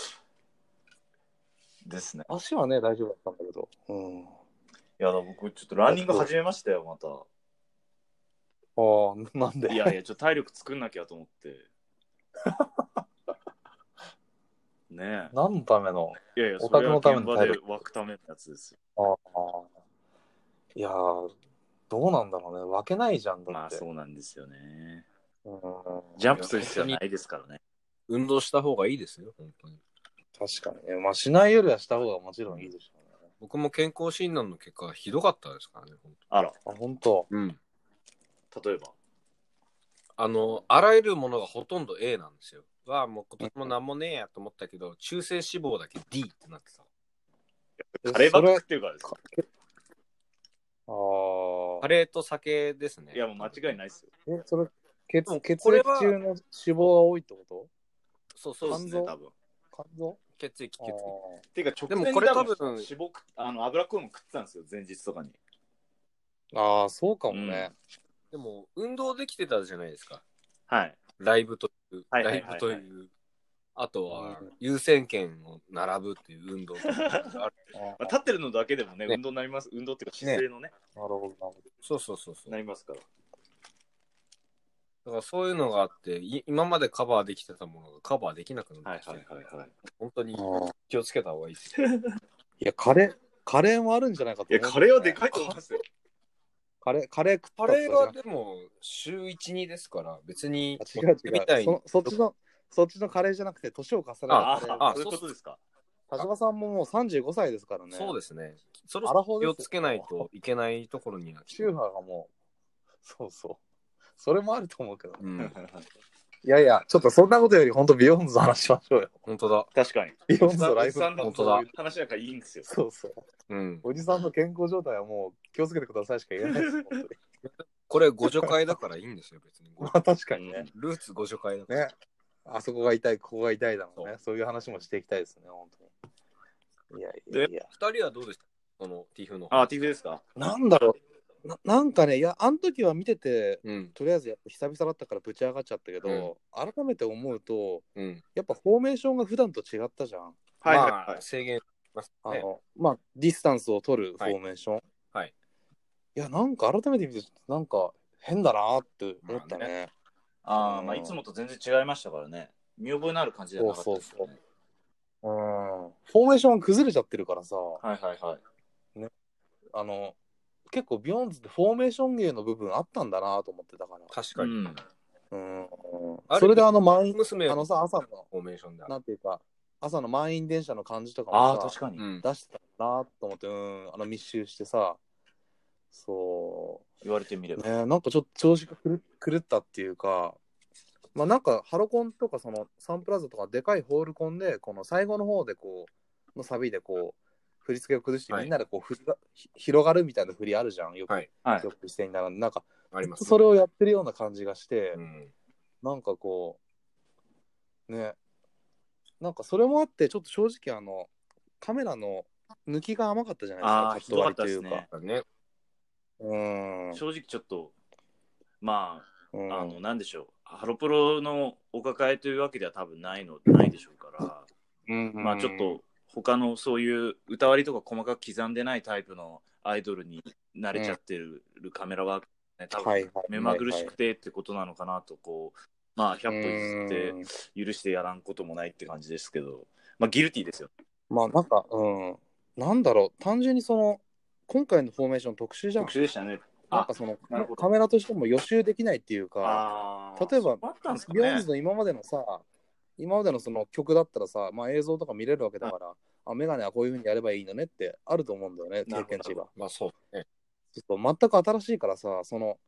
S10: ですね。
S9: 足はね、大丈夫だったんだけど、うん。
S10: いや、だから僕、ちょっとランニング始めましたよ、また。
S9: ああ、なんで。
S10: いやいや、ちょっと体力作んなきゃと思 [laughs] って。ね
S9: 何のための
S10: え。いやいや、
S9: オ
S10: そ
S9: タク
S10: れ
S9: の
S10: は
S9: ため
S10: 現
S9: の
S10: 場
S9: 体
S10: で
S9: 力
S10: 湧くためのやつですよ。
S9: ああ。いやー、どうなんだろうね。分けないじゃん、だ
S10: まあ、
S9: って。
S10: そうなんですよね。
S9: うん
S10: ジャンプする必要はないですからね。
S7: 運動した方がいいですよ、本当に。
S9: 確かにね。まあ、しないよりはした方がもちろんいいでしょうね。
S7: 僕も健康診断の結果はひどかったですからね、本
S10: あら、
S9: あ、本当。
S7: 当うん。
S10: 例えば。
S7: あの、あらゆるものがほとんど A なんですよ。は、もう今年も何もねえやと思ったけど、中性脂肪だけ D ってなってた。
S9: え
S10: カレーばっ
S9: それ
S10: か食ってるからですよ。
S9: あ
S7: カ
S9: あ。
S7: レーと酒ですね。
S10: いや、もう間違いないですよ。
S9: え、それ、血
S7: でも
S9: 血液
S7: これは
S9: 中の脂肪が多いってこ
S7: そうそう
S10: そう
S7: で
S10: ですす
S7: ね。
S10: ね、多分。
S9: と肝臓
S7: 血液、血
S9: あ
S7: 液。
S10: ていうか、
S7: で
S10: 直
S7: も
S10: 前
S7: こ
S10: に
S7: れ
S10: 多
S7: 多分
S10: 分、脂肪食っあの、油っこいもん食ってたんですよ、前日とかに。
S9: ーあー、そうかもね。
S7: でも、運動できてたじゃないですか。
S10: はい。
S7: ライブという、
S10: はいは
S7: ラ
S10: い
S7: イ
S10: はいは
S7: ブ
S10: い
S7: という、あとは
S9: うん
S7: 優先権を並ぶっていう運
S10: [laughs]
S7: 動とかある
S9: あ
S10: まあ、
S9: ー
S10: 立ってるのだけでもね、
S7: ね
S10: 運動になります。運動っていうか、姿勢のね、
S9: なるほど、なるほ
S7: そうそうそうそう。
S10: なりますから。
S7: だからそういうのがあって、い今までカバーできてたものがカバーできなくな
S10: は
S7: っ
S10: い
S7: てきて、
S10: はいはいはい。
S7: 本当に
S9: ど。あー
S7: 気をつけた方がいい
S10: [laughs]
S7: ですよ。
S9: いや、カレー、カレーもあるんじゃないかと
S10: い
S9: 思
S10: や、
S9: うけどね
S10: カレーはでかいと思いますよ。
S9: カレー、カレー食った
S7: カ
S9: とかじ
S7: レ
S9: ゃ
S7: ー
S9: なくて
S7: はでも、週1、2ですから、別に
S9: あ、違う
S7: 俺みた
S9: 違う
S7: い
S9: そ
S7: に
S9: の。そっちの、そっちのカレーじゃなくて、年を重ねた
S7: あ
S9: カレー。
S10: ああ、
S7: そ
S10: そうういうことですか。
S9: 田島さんももう35歳ですからね。
S7: そうですね。そろ
S9: ア
S7: そ
S9: ラフォ
S7: ろ
S9: ー
S7: 気
S9: ですよ
S7: をつけないといけないところには来て
S9: 宗
S7: る。
S9: 派がもう、そうそう。それもあると思うけど。
S7: うん、
S9: いやいや、ちょっとそんなことより、本当ビヨンズの話しましょうよ。
S7: 本当だ。
S10: [laughs] 確かに。
S9: ビヨン
S10: お
S9: ズ
S10: じ
S9: のライブ
S10: さんの
S7: 本当だ
S10: そういう話なんかいいんですよ。
S9: そうそう。
S7: うん。
S9: おじさんの健康状態はもう気をつけてくださいしか言えないです。本当 [laughs] に
S7: これ、ご助会だからいいんですよ、別に。
S9: まあ確かにね。
S7: ルーツご助会だから。
S9: ね。あそこが痛い、ここが痛いだもんね。そういう話もしていきたいですね、本当に。いやいやいや。
S7: 二人はどうでしたその T フの。
S10: あ、ティフですか。
S9: なんだろう。ななんかね、いや、あの時は見てて、
S7: うん。
S9: とりあえずやっぱ久々だったからぶち上がっちゃったけど、改めて思うと、
S7: うん。
S9: やっぱフォーメーションが普段と違ったじゃん。
S10: はいはい
S7: ま
S10: は
S7: あ、
S10: い。
S7: 制限します
S9: あの、
S7: ね。
S9: まあ、ディスタンスを取るフォーメーション。
S7: はいはい
S9: いや、なんか改めて見て、なんか変だなーって思った
S7: まあ
S9: ね。
S10: あ
S9: う
S10: ー
S9: ん
S10: まあ、いつもと全然違いましたからね。見覚えのある感じじゃなかったですよね。
S9: うん。フォーメーション崩れちゃってるからさ、
S10: はいはいはい。
S9: あの、結構ビヨンズってフォーメーション芸の部分あったんだなと思ってたから。
S7: 確か
S10: う
S7: に。
S10: ん。
S9: うん
S7: あれ
S9: それであの、満員、
S7: 娘
S9: あの
S7: の
S9: さ、朝の、
S7: フォーメーションである
S9: なんていうか、朝の満員電車の感じとか
S3: ああ、
S9: も
S3: 確
S9: さ
S3: かに。
S7: ん
S9: 出してたなと思ってうんあの密集してさそ
S3: 言われてみれ
S9: う
S3: ば。
S9: ねなんかちょっと調子が狂狂ったっていうかまあなんかハロコンとかそのサンプラザとかでかいホールコンでこの最後の方でこうのサビでこう振り付けを崩して
S7: はい
S9: みんなでこう振りが、ひ広がるみたいな振りあるじゃんよく、
S7: はい
S3: はい
S9: よくしてに並んでなんか
S7: あります、
S9: それをやってるような感じがして、
S7: うん
S9: なんかこうねなんかそれもあってちょっと正直あのカメラの抜きが甘かったじゃないです
S3: あ
S9: か
S3: あ、
S9: カッ
S3: ひ
S9: ト
S3: どか
S9: 割
S3: っ
S9: り
S3: た
S9: と
S3: です
S9: いう
S3: ね。
S9: か
S7: だね。
S9: うーん
S3: 正直ちょっと、ま
S9: う
S3: あ、あ
S9: ん
S3: の、なんでしょう。ハロプロのお抱えというわけでは多分ないの、ないでしょうから。
S9: うん
S3: まあちょっと他のそういう歌割りとか細かく刻んでないタイプのアイドルに慣れちゃってるカメラワーク、ね、多
S9: はいはい
S3: 分
S9: はい
S3: 目まぐるしくてってことなのかなとこうまあ100歩
S9: う
S3: 譲
S9: ん
S3: って許してやらんこともないって感じですけどまあギルティですよ
S9: まあなんかうんなんだろう単純にその今回のフォーメーション特殊じゃん
S3: 特殊でしたね
S9: なんかその
S3: なるほど
S9: カメラとしても予習できないっていうか
S3: あ
S9: 例えば
S3: あったんですか
S9: ビヨーン
S3: ね
S9: ズの今までのさ今までのその曲だったらさ、まあ、映像とか見れるわけだから、あメガネはこういうふうにやればいいのねってあると思うんだよね
S3: なるほ
S9: 経
S3: ど
S9: 験値が。
S7: まあそうね。
S9: そう全く新しいからさその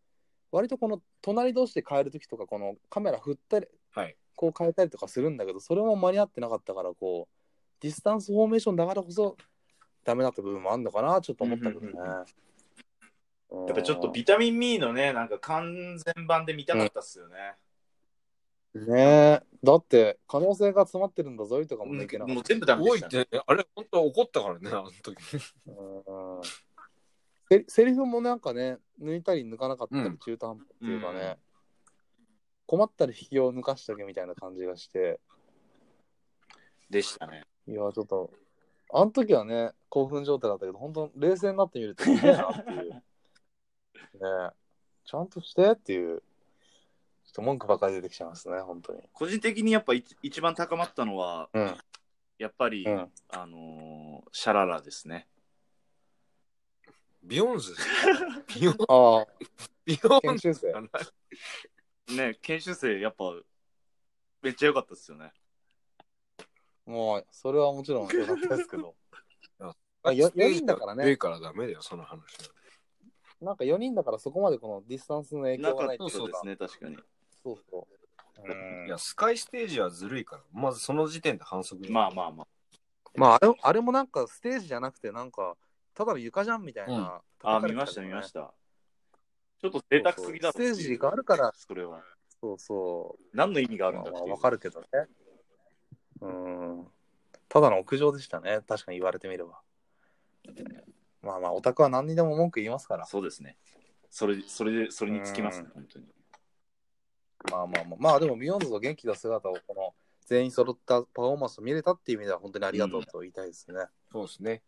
S9: 割とこの隣同士で変える時とかこのカメラ振ったり、
S7: はい
S9: こう変えたりとかするんだけどそれも間に合ってなかったからこうディスタンスフォーメーションだからこそダメだった部分もあるのかなちょっと思ったけどね。
S3: やっぱちょっとビタミン B のねなんか完全版で見たかったっすよね、
S9: うんねえだって可能性が詰まってるんだぞいとかもできなか
S3: も
S9: っ
S3: う全部ダメで
S7: 多い
S3: し、
S7: ったて、あれ、本当怒ったからね、あの時。 [laughs]
S9: た、うんせセリフもなんかね抜いたり抜かなかったり中途半端っていうかね、
S3: うん
S9: 困ったら引きを抜かしとけみたいな感じがして。
S3: でしたね
S9: いや、ちょっと、あの時はね、興奮状態だったけど、本当、冷静になってみると、いいなって [laughs] いう。ねえちゃんとしてっていう、ちょっと文句ばっかり出てきちゃいますね、本当に。
S3: 個人的にやっぱ一一番高まったのは
S9: うん。
S3: やっぱり、
S9: うん。
S3: あのーシャララですね
S7: ビヨンズビヨン、
S9: あ
S7: ビ
S9: あ、
S7: ヨン
S9: 研
S7: ズ
S9: 修生
S7: か。な
S3: ね研修生やっぱめっちゃ良かったですよね
S9: もう、それはもちろん良かったですけ [laughs] ど
S7: あ。
S9: まあ、4人だから
S7: 上
S9: ね、
S7: からダメだよ、その話は。
S9: なんか4人だからそこまでこのディスタンスの影
S3: な
S9: 響
S3: んか
S9: が
S3: っ
S9: ない
S3: た
S9: っ
S3: こ
S9: てい
S3: と
S9: う
S3: で
S9: か
S3: すね確かに
S9: そうそう。うん
S7: いや、スカイステージはずるいから、まずその時点で反則
S3: まあまあまあ
S9: まああれ、あれもなんかステージじゃなくて、なんか、ただの床じゃんみたい
S7: うん
S9: な。
S3: あー見ました見ましたちょっと贅沢すぎだろ
S9: そうそうステージがあるから
S3: それは
S9: そうそう。
S3: 何の意味がある
S9: ま
S3: ん
S9: あ
S3: だって
S9: ま
S3: い
S9: あ
S3: う
S9: わかるけどね。うん。ただの屋上でしたね。確かに言われてみれば。まあまあ、オタクは何にでも文句言いますから。
S3: そうですねそれそれでそれにつきますね
S9: うん
S3: 本当に
S9: まあまあまあ。まあでも、ビヨンズの元気な姿を、この全員揃ったパフォーマンスを見れたっていう意味では、本当にありがとうと言いたいですね。
S7: そうですね。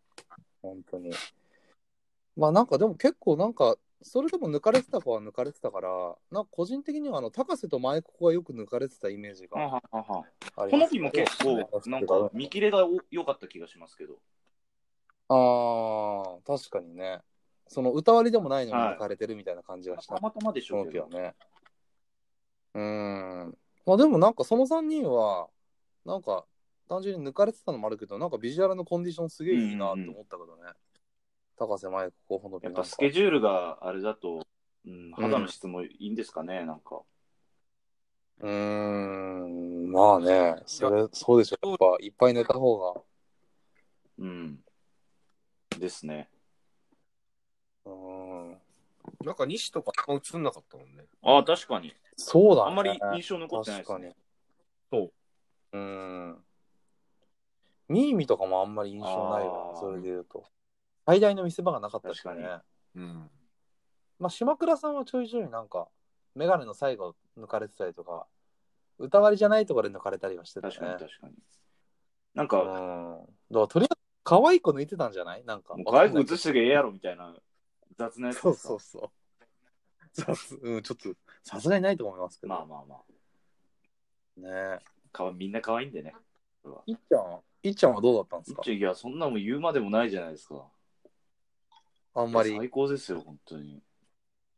S9: 本当に。まあなんかでも結構なんか、それでも抜かれてた子は抜かれてたから、なんか個人的にはあの、高瀬と前ここがよく抜かれてたイメージが
S3: はははは
S9: あり
S3: こ
S9: ま
S3: の
S9: す
S3: 日
S9: ね、
S3: も結構なんか見切れがお良かった気がしますけど
S9: ああ、確かにね。その歌割りでもないのに
S3: はい
S9: 抜かれてるみたいな感じがした、
S3: たまたまでし
S9: そ
S3: ょ
S9: の
S3: う
S9: 時
S3: け
S9: は
S3: ど
S9: ね。うーん。まあでもなんかその3人は、なんか単純に抜かれてたのもあるけど、なんかビジュアルのコンディションすげえいいなって思ったけどね。高瀬舞子候補の
S3: やっぱスケ
S9: ジ
S3: ジュールがあれだと、うん、肌の質もいいんですかね、なんか
S9: うーん、まあね、それ、そうでしょ。やっぱいっぱい寝た方が。
S3: うんですね
S9: うーん。
S7: なんか西とかあんま映んなかったもんね。
S3: ああ確かに
S9: そうだね。
S3: あんまり印象残ってないですね。
S9: 確かに。
S7: そう
S9: うん。ミーミとかもあんまり印象ないわ、
S3: あー
S9: それで言うと。最大の見せ場がなかったし
S3: 確
S9: ね
S3: か。
S7: うん。
S9: まあ、島倉さんはちょいちょいなんか、メガネの最後抜かれてたりとか、歌割りじゃないところで抜かれたりはしてたね。
S3: 確かに確かに。なん
S9: うん。だ
S3: か、
S9: からとりあえず、可愛い子抜いてたんじゃないなんか。
S3: もう可愛
S9: わか
S3: く
S9: んな
S3: 映
S9: い
S3: してけええやろみたいな雑なやつ
S9: そう
S3: ですか
S9: そうそう。さすうん、ちょっと、さすがにないと思いますけど。
S3: まあまあまあ
S9: ね
S3: かわ。みんな可愛いんでね。
S9: いっちゃんは、いっちゃんはどうだったんで
S3: い
S9: す
S3: っ
S9: か
S3: ちゃんいや、そんなもん言うまでもないじゃないですか。
S9: あんまり。
S3: 最高ですよ、本当に。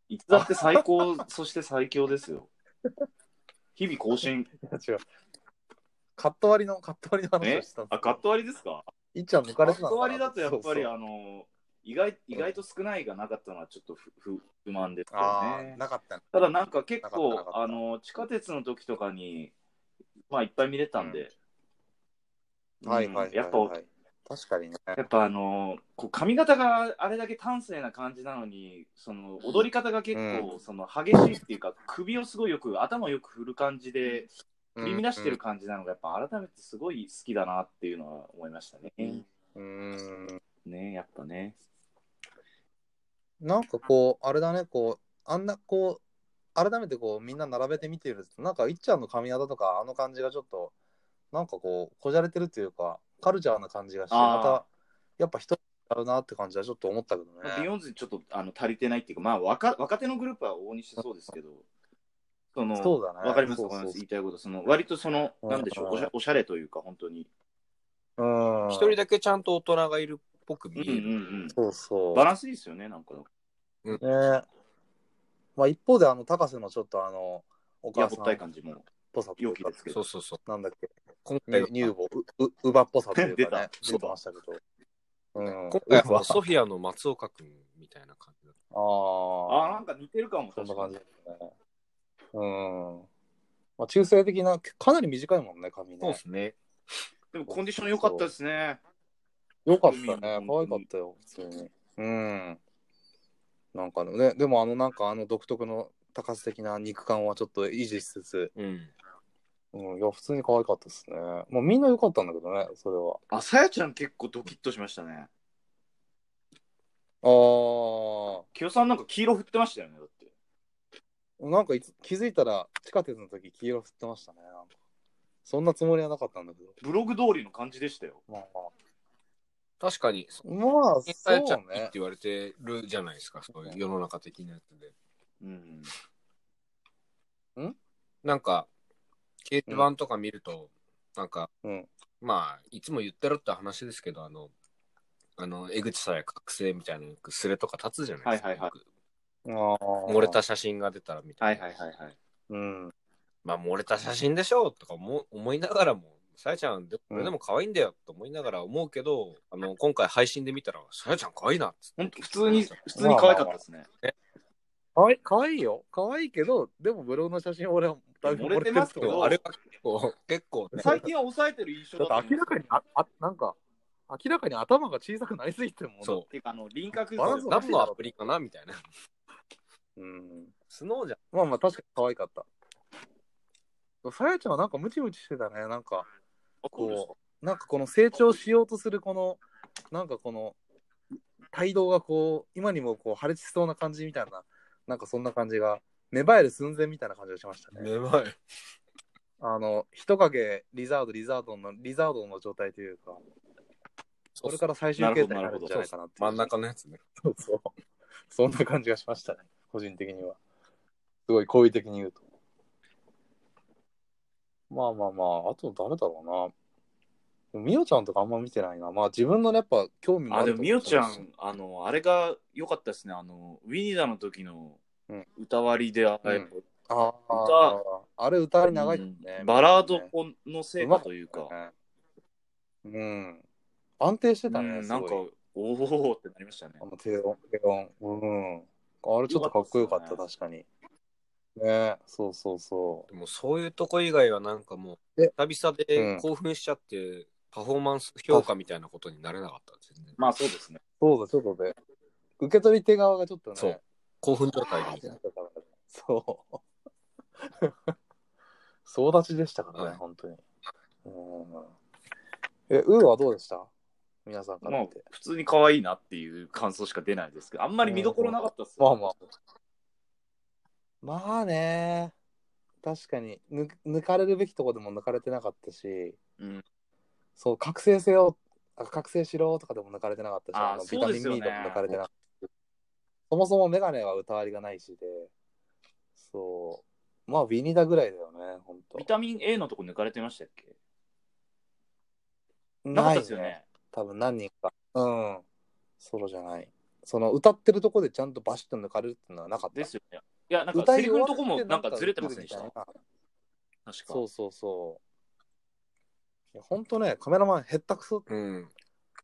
S3: いつだって最
S9: [laughs]
S3: 高、そして最強ですよ。日々更新。
S9: いや違う。カット割りの、カ [laughs] ット割りの話を
S3: ね
S9: してたんで
S3: あ、
S9: す
S3: カット割りですか
S9: いっちゃん抜かれてた
S3: カット割りだとやっぱり
S9: あ
S3: あの意外意外と少ないがなかったのはちょっと不不不満ですよ
S9: あー
S3: ね。
S9: なかったね
S3: ただなんか結
S9: なかっ
S3: 構
S9: たなかった
S3: あの地下鉄の時とかにまあいっぱい見れたんで、うん
S9: はいはいはいはい
S3: やっぱ
S9: 確かにね
S3: やっぱあのこう髪型があれだけ端正な感じなのにその踊り方が結構、その激しいっていうか首をすごいよく頭をよく振る感じで振り乱してる感じなのがやっぱ改めてすごい好きだなっていうのは思いましたね。
S9: うん
S3: ねやっぱね。
S9: なんかこうあれだねこうあんなこう改めてこうみんな並べて見てるとなんかいっちゃんの髪型とかあの感じがちょっとなんかこうこじゃれてるというかカルチャーな感じがして
S3: あー
S9: またやっぱ人あるなって感じはちょっと思ったけど
S3: まあビ
S9: ね
S3: ヨンズにちょっとあの足りてないっていうか、まあ若、若手のグループは往々にしてそうですけど、その、
S9: そうだね
S3: わかります
S9: そう
S3: わ
S9: そう
S3: かります言いたいこと、その、割とその、
S9: うん
S3: なんでしょう、おしゃおしゃれというか、本当に。
S9: うん
S7: 一人だけちゃんと大人がいるっぽく
S3: うん
S7: 見
S3: うんう
S7: える。
S3: ん。
S9: そうそう
S3: バランスいいですよね、なんか。
S9: ねまあ一方であの高瀬のちょっとあのお
S3: や
S9: 母
S3: ぼっ
S9: さん
S3: た
S9: っ
S3: い感じも、
S9: ぽさとい
S3: 良
S9: う
S3: き
S9: か
S3: ですけ
S7: そ
S3: ど
S7: う。そうそう。
S9: なんだっけ
S7: 今回
S9: 乳乳母うう乳母っぽさというかね
S3: [laughs] 出た
S9: 出てましたけど、うん、
S7: 今回
S9: 乳 [laughs]
S7: は
S9: 母
S7: ソフィアの松岡君みたいな感じだった。
S9: あ
S3: あー、
S9: あ
S3: なんか似てるかも、
S9: そん
S3: 確
S9: な
S3: か
S9: 感
S3: に
S9: じですね。うん。まあ、中性的な、かなり短いもんね、髪ね。
S7: すね。
S3: でも、コンディション良かったですね。
S9: よかったね。可
S3: うん
S9: 愛かったよ、普通に。うん。なんかね、でもあの、なんかあの独特の高須的な肉感はちょっと維持しつつ、
S7: うん。
S9: うん、いや、普通に可愛かったですね。まあ、みんな良かったんだけどね、それは。
S3: あ、さやちゃん結構ドキッとしましたね。
S9: あ
S3: きよさんなんか黄色振ってましたよね、だって。
S9: あ、なんかいつ気づいたら、地下鉄の時黄色振ってましたね。なんかそんなつもりはなかったんだけど。
S3: ブログ通りの感じでしたよ。
S9: まあ、
S7: 確かに、そう
S9: まあ、まあ、そ
S7: さえちゃん
S9: う
S7: いいって
S9: ね。
S7: 言われてるじゃないですか、そういう世の中的なやつで。
S3: うん。
S7: なんか、掲示板とか見ると、なんか、
S9: うん
S7: まあ、いつも言ってるって話ですけど、あの、あの、江口さや覚醒みたいな、よくスレとか立つじゃないですか。
S3: はいはいはい
S7: よく
S9: ああ。
S7: 漏れた。写真が出たらみた
S3: はいい
S7: な。
S3: はいはいはい。
S9: うん。
S7: まあ、漏れた写真でしょとか思う思いながらも、さやちゃん、でこれでも可愛いんだよと思いながら思うけど、あの、今回配信で見たら、さやちゃん可愛いなっつって
S3: 本当普通
S7: [laughs]
S3: に、普通に可愛かったですね。
S9: かわいかわいいよ。かわいいけど、でもブログの写真俺はだいぶ
S3: 漏れてますけ
S9: け
S3: ど
S9: ど
S7: あれは結構、結構ね、
S3: 最近は抑えてる印象だ
S9: だ
S3: と
S9: って
S3: 思
S9: 明らかにああ、なんか、明らかに頭が小さくなりすぎてるもん。
S7: そう
S3: ていうか、あの、輪郭
S9: バランス
S7: う、
S9: が
S7: 何のアプリかなみた
S3: [laughs]
S7: いな。
S9: う。うん。
S7: スノーじゃん。
S9: まあまあ、確かに可愛かった。さやちゃんはなんかムチムチしてたね。なんか、こう、なんかこの成長しようとするこの、なんかこの、態度がこう、今にもこう、破裂しそうな感じみたいな、なんかそんな感じが、芽生える寸前みたいな感じがしましたね。
S7: めまい。
S9: あの、人影、リザード、リザードの、リザードの状態というか、これから最終形態になるんじゃないかなっていう
S7: 真ん中のやつね。
S9: そう [laughs] そう。そんな感じがしましたね、個人的には。すごい好意的に言うと。まあまあまあ、あと誰だろうな。みおちゃんとかあんま見てないな。まあ自分のやっぱ興味も
S3: あ、で
S9: る
S3: も、
S9: と
S3: み
S9: 思
S3: お
S9: うし
S3: ちゃん、あの、あれが良かったですね。あの、ウィニーダの時の
S9: うん
S3: 歌割りで、あれ、
S9: ああ、あれ歌い長いですね、
S3: うんバラードの成果というか、
S9: うん。うん。安定してたね。
S3: うん
S9: すご
S3: ないんか、おおってなりましたね
S9: あ。の低音、低音。うん。あれちょっとかっこよかった、
S3: よかっ
S9: 確かに。ねそうそうそ
S7: でもそういうとこ以外はなんかもう、
S9: え
S7: 久々
S9: う
S7: で
S9: ん
S7: 興奮しちゃって、パフォーマンス評価みたいなことになれなかった。全然。
S3: まあ、そうですね。
S9: う。そうだ、ちょっとね。受け取り手側がちょっとね。
S7: そう興奮状態
S9: あーっ
S7: に
S9: て。なったからそう。総立ちでしたからね、
S7: はい
S9: 本当に。うん。え、ウーはどうでした皆さんから
S3: まあ
S9: 見て。、
S3: 普通に可愛いなっていう感想しか出ないですけど、あんまり見どころなかったっす
S9: まあまあ。まあね。確かに抜、抜かれるべきとこでも抜かれてなかったし、
S3: うん
S9: そう、覚醒せよ、あ覚醒しろとかでも抜かれてなかったし、
S3: あー
S9: のビ
S3: そ
S9: タ
S3: う
S9: ミ
S3: で
S9: ン
S3: すよ
S9: B
S3: ね
S9: でも抜かれてなかったしそもそもメガネは歌わりがないしで、そう、まあ、ビニダぐらいだよね、本当
S3: ビタミン A のとこ抜かれてましたっけなかった
S9: ない
S3: ですよね。
S9: 多分何人か。うん。ソロじゃない。その歌ってるとこでちゃんとバシッと抜かれるっていうのはなかった。
S3: ですよね。いや、なんか、
S9: 歌
S3: セ
S9: い
S3: リフ
S9: 終
S3: の
S9: わって
S3: とこもなんかずれてません
S9: み
S3: で
S9: た
S3: し
S9: い
S3: た
S9: な
S3: 確か。
S9: そうそうそいやほんとね、カメラマンへったくそって
S7: うん。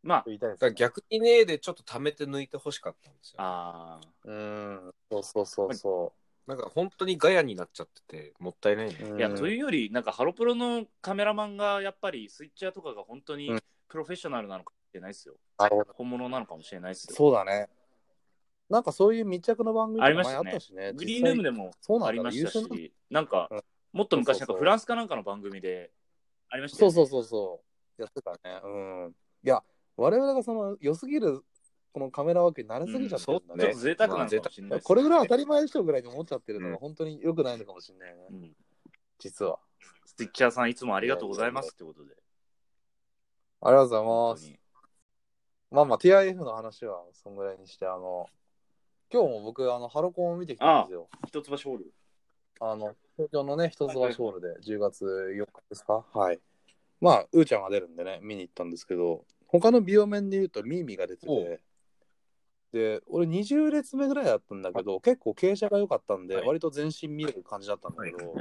S10: まあ、
S9: 言いたいで
S7: だか
S9: す
S7: ら
S9: ね。
S7: 逆にねえでちょっと溜めて抜いてほしかったんですよ。
S10: ああ。
S9: うん、そうそうそうそ
S7: なんか本当にガヤになっちゃってて、もったいないね。
S9: う。
S10: いや、
S9: うん
S10: というより、なんかハロプロのカメラマンがやっぱりスイッチャーとかが本当に
S9: うん
S10: プロフェッショナルなのかもしれないですよ。
S9: なるほど
S10: 本物なのかもしれないですよ。
S9: そうだね。なんかそういう密着の番組とか
S10: ありまし
S9: 前
S10: たよ
S9: あ
S10: ね
S9: ったしね。
S10: グリーンルーム
S9: で
S10: でも
S9: そうなんだ
S10: ありました
S9: 優勝
S10: し、なんか
S9: うん、
S10: もっと昔、なん
S9: そうそうそ
S10: か
S9: う
S10: フランスかなんかの番組でありました
S9: そ
S10: よ
S9: う
S10: ね
S9: そうそうそう。やってたね。うん。いや、我々がその良すぎるこのカメラワークに慣れすぎちゃってるんだ
S10: ちょっ
S9: ね
S10: と。贅沢なのかもしれないです
S9: これぐらい当たり前でしょぐらいに思っちゃってるの
S7: うん
S9: が本当に良くないのかもしれないね。
S10: うん
S9: 実は。
S10: スイッチャーさん、いつもありがとうございますってことで。
S9: ありがとうご
S10: 本
S9: ざ
S10: 当
S9: います。
S10: に
S9: まあまあ TIF の話はそんぐらいにして、あの、今日も僕、あの、ハロコンを見てきたんですよ。
S10: 一つ橋ホール。
S9: あの、東京のね、一つ橋ホールで10月4日ですかはい。まあ、うーちゃんが出るんでね、見に行ったんですけど、他の美容面で言うと、ミーミーが出てて、で、俺20列目ぐらいだったんだけど、結構傾斜が良かったんで、割と全身見える感じだったんだけど、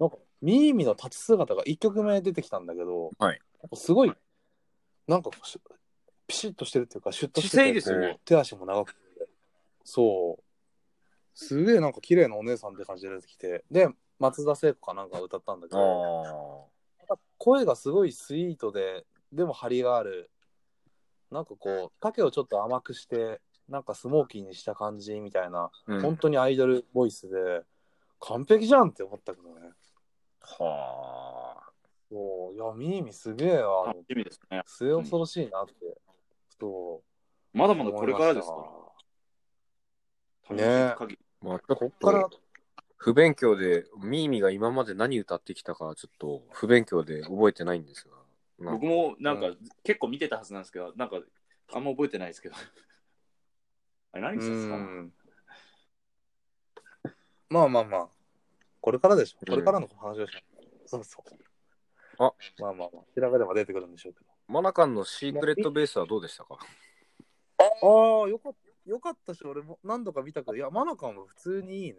S9: なんか、ミーミーの立ち姿が1曲目出てきたんだけど、
S7: はい
S9: なんかすごい、なんかし、ピシッとしてるっていうか、シュッとしてて
S10: 姿勢いいですよね
S9: こう手足も長くて、そう。すげえなんか綺麗なお姉さんって感じで出てきて、で、松田聖子かなんか歌ったんだけど、声がすごいスイートで、でも張りがある。なんかこう、丈をちょっと甘くして、なんかスモーキーにした感じみたいな、
S7: うん
S9: 本当にアイドルボイスで、完璧じゃんって思ったけどね。
S7: はあ。
S9: そう、いや、ミーミーすげえわ
S10: 楽。しみですね。
S9: 末恐ろしいなって。そう。
S10: まだまだこれからですから。
S9: 思いましたねえ
S10: 限り
S7: まあ、ちょっと
S9: から
S7: 不勉強で、ミーミーが今まで何歌ってきたか、ちょっと不勉強で覚えてないんですが。なん
S10: 僕
S7: か
S10: もなんか、
S7: う
S10: 結構見てたはずなんですけど、なんかあんま覚えてないですけど。 [laughs] あれ何してたんですか
S9: うんまあまあまあ。これからでしょ。これからの話をしようそうそう。
S7: あ
S9: まあまあまあ。調べれば出てくるんでしょうけ
S7: マナカンのシークレットベースはどうでしたか
S9: ど。ああ、よかった。よかったし、俺も何度か見たけど、いや、マナカンは普通にいいね。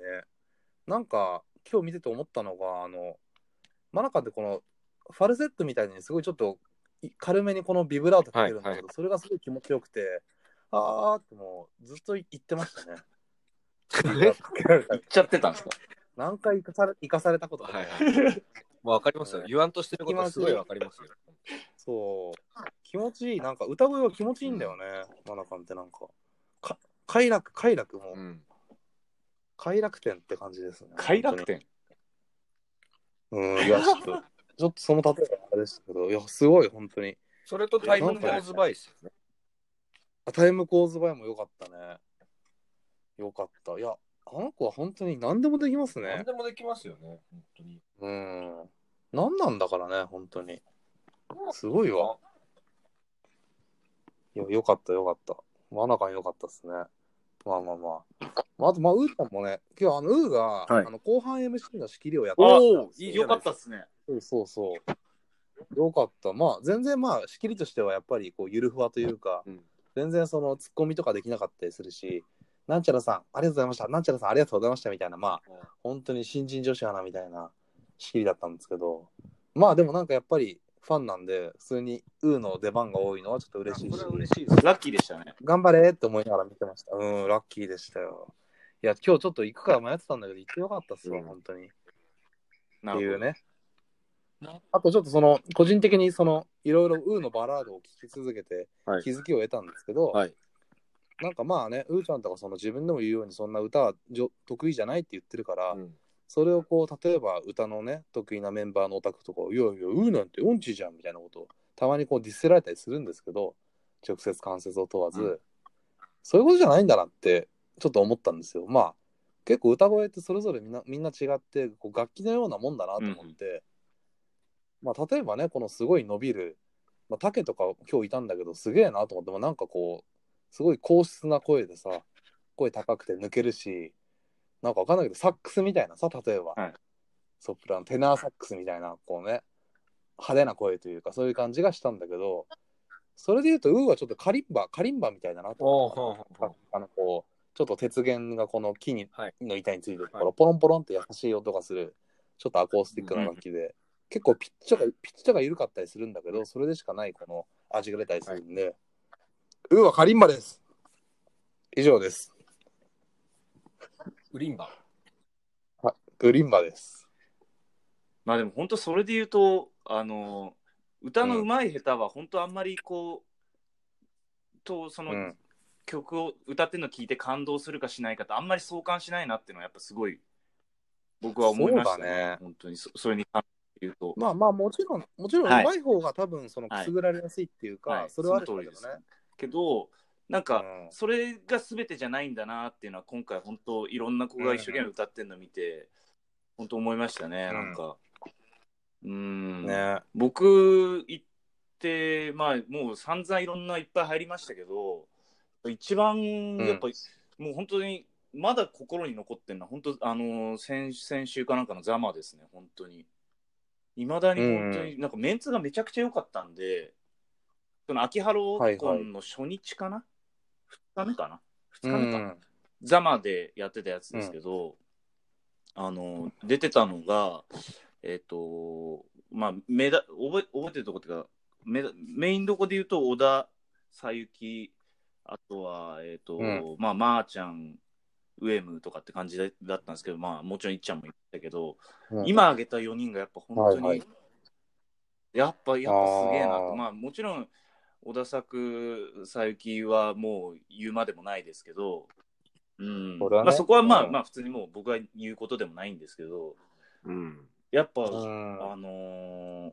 S9: なんか、今日見てて思ったのが、あの、マナカンってこの、ファルセットみたいにすごいちょっとい軽めにこのビブラートかけるんだけど、
S7: はいは
S9: それがすごい気持ちよくて、あーってもうずっと言ってましたね。ビブラートかけられた
S10: 行っちゃってたんですか
S9: 何回生かされ生かされたことか、
S7: はい [laughs] はい。まあ、わかりますよ。言わんとしてることはすごいわかりますよ。
S9: そう気持ちいいなんか歌声が気持ちいいんだよね、マナカンってなんかか快楽快楽も、
S7: うん。
S9: 快楽天って感じですね
S10: 快楽天。
S9: うんいやちょっと [laughs] ちょっとその例えばあれでしたけどいやすごい本当に
S7: それとタイムゴーズバイスね。
S9: あタイム構図映えも良かったね良かったいやあの子は本当に何でもできますね
S7: 何でもできますよね。本当に。
S9: うん何なんだからね本当にすごいわいや、よかった、よかった。真中良よかったですね。まあまあまあ。まあ、あと、まあ、ウーちゃんもね、今日、あの、ウーが、
S7: はい
S9: あの後半 MC の仕切りをやって
S10: お
S9: た
S10: おー、いいよかったっすね。
S9: そうそうそう。よかった。まあ、全然、まあ、仕切りとしては、やっぱり、こう、ゆるふわというか、
S7: うん
S9: 全然、その、ツッコミとかできなかったりするし、なんちゃらさん、ありがとうございました。なんちゃらさん、ありがとうございました。みたいな、まあ、本当に新人女子アナみたいな仕切りだったんですけど、まあ、でもなんか、やっぱり、ファンなんで、普通に、ウーの出番が多いのはちょっと嬉しいし。
S7: しいです。
S10: ラッキーでしたね。
S9: 頑張れって思いながら見てました。うん、ラッキーでしたよ。いや、今日ちょっと行くから迷ってたんだけど、行ってよかったっすわ、
S7: うん
S9: 本当に。っ
S10: な
S9: てい
S10: る
S9: う
S10: ほど。
S9: ね。あとちょっとその、個人的にその、いろいろウーのバラードを聴き続けて
S7: はい、
S9: 気づきを得たんですけど、
S7: はい
S9: なんかまあね、ウーちゃんとかその自分でも言うように、そんな歌はじょ得意じゃないって言ってるから、
S7: うん
S9: それをこう、例えば歌のね、得意なメンバーのオタクとかを、いやいや、ウーなんて音痴じゃんみたいなことを、たまにこうディスられたりするんですけど、直接関節を問わず、
S7: うん
S9: そういうことじゃないんだなって、ちょっと思ったんですよ。まあ、結構歌声ってそれぞれみんなみんな違って、こう楽器のようなもんだなと思って、まあ、例えばね、このすごい伸びる、まあ、竹とか今日いたんだけど、すげえなと思って、まあなんかこう、すごい硬質な声でさ、声高くて抜けるし、なんかわかんないけど、サックスみたいなさ、例えば、
S10: はい
S9: ソプラノ、テナーサックスみたいな、こうね、派手な声というか、そういう感じがしたんだけど、それで言うと、ウーはちょっとカリンバ、カリンバみたいだなと思った
S7: おうほうほうほ
S9: あの、こう、ちょっと鉄弦がこの木に、
S7: はい
S9: の板についてるとこ
S7: は
S9: ろ、ポロンポロンって優しい音がする、ちょっとアコースティックな楽器で、結構ピッチャーが、ピッチャーが緩かったりするんだけど、それでしかないこの味が出たりするんで、うわ、カリンバです。以上です。
S7: ウリンバ。
S9: グリンバです。
S3: まあでも本当それで言うとあの歌の上手い下手は本当あんまりこう、とそうの、
S9: ん。
S3: 曲を歌ってるの聞いて感動するかしないかってあんまり相関しないなっていうのはやっぱすごい僕は思いました
S9: そうだね
S3: 本当にそそれに関して言うと、
S9: まあまあ、もちろん、もちろん、う
S3: はい
S9: まい方が多分、その、く
S3: はい
S9: すぐられやすいっていうか、
S3: はい
S9: それはある
S3: そ
S9: ん
S3: の
S9: だ
S3: 通
S9: け
S3: り
S9: ど
S3: で
S9: ね
S3: す。けどなんか
S9: うん
S3: それが全てじゃないんだなっていうのは今回本当いろんな子が一生懸命歌ってるの見て本当思いましたね、
S9: うん
S3: なんかうん
S9: ね
S3: 僕行ってまあもう散々いろんないっぱい入りましたけど一番やっぱり、もう本当にまだ心に残ってるのは本当あの先先週かなんかのザマですね本当にいまだに本当になんかメンツがめちゃくちゃ良かったんでその秋葉ローコンの初日かな、2日目かな2日目か、
S9: うん
S3: ザマでやってたやつですけど、あの出てたのがえっ、とまあメダ覚え覚えてるとこっていうかメダメインどこで言うと小田さゆきあとはえっ、と、
S9: うん
S3: まあまー、ちゃんウエムとかって感じだだったんですけどまあもちろんいっちゃんも言ったけど、
S9: うん
S3: 今挙げた4人がやっぱ本当に、
S9: はいは
S3: やっぱやっぱすげえなと
S9: あー
S3: まあもちろん小田作さゆきはもう言うまでもないですけど、うん
S9: そうだね
S3: まあ、そこはまあ、
S9: うん
S3: まあ普通にもう僕が言うことでもないんですけど
S7: うん。
S3: やっぱ、
S9: うん
S3: あのー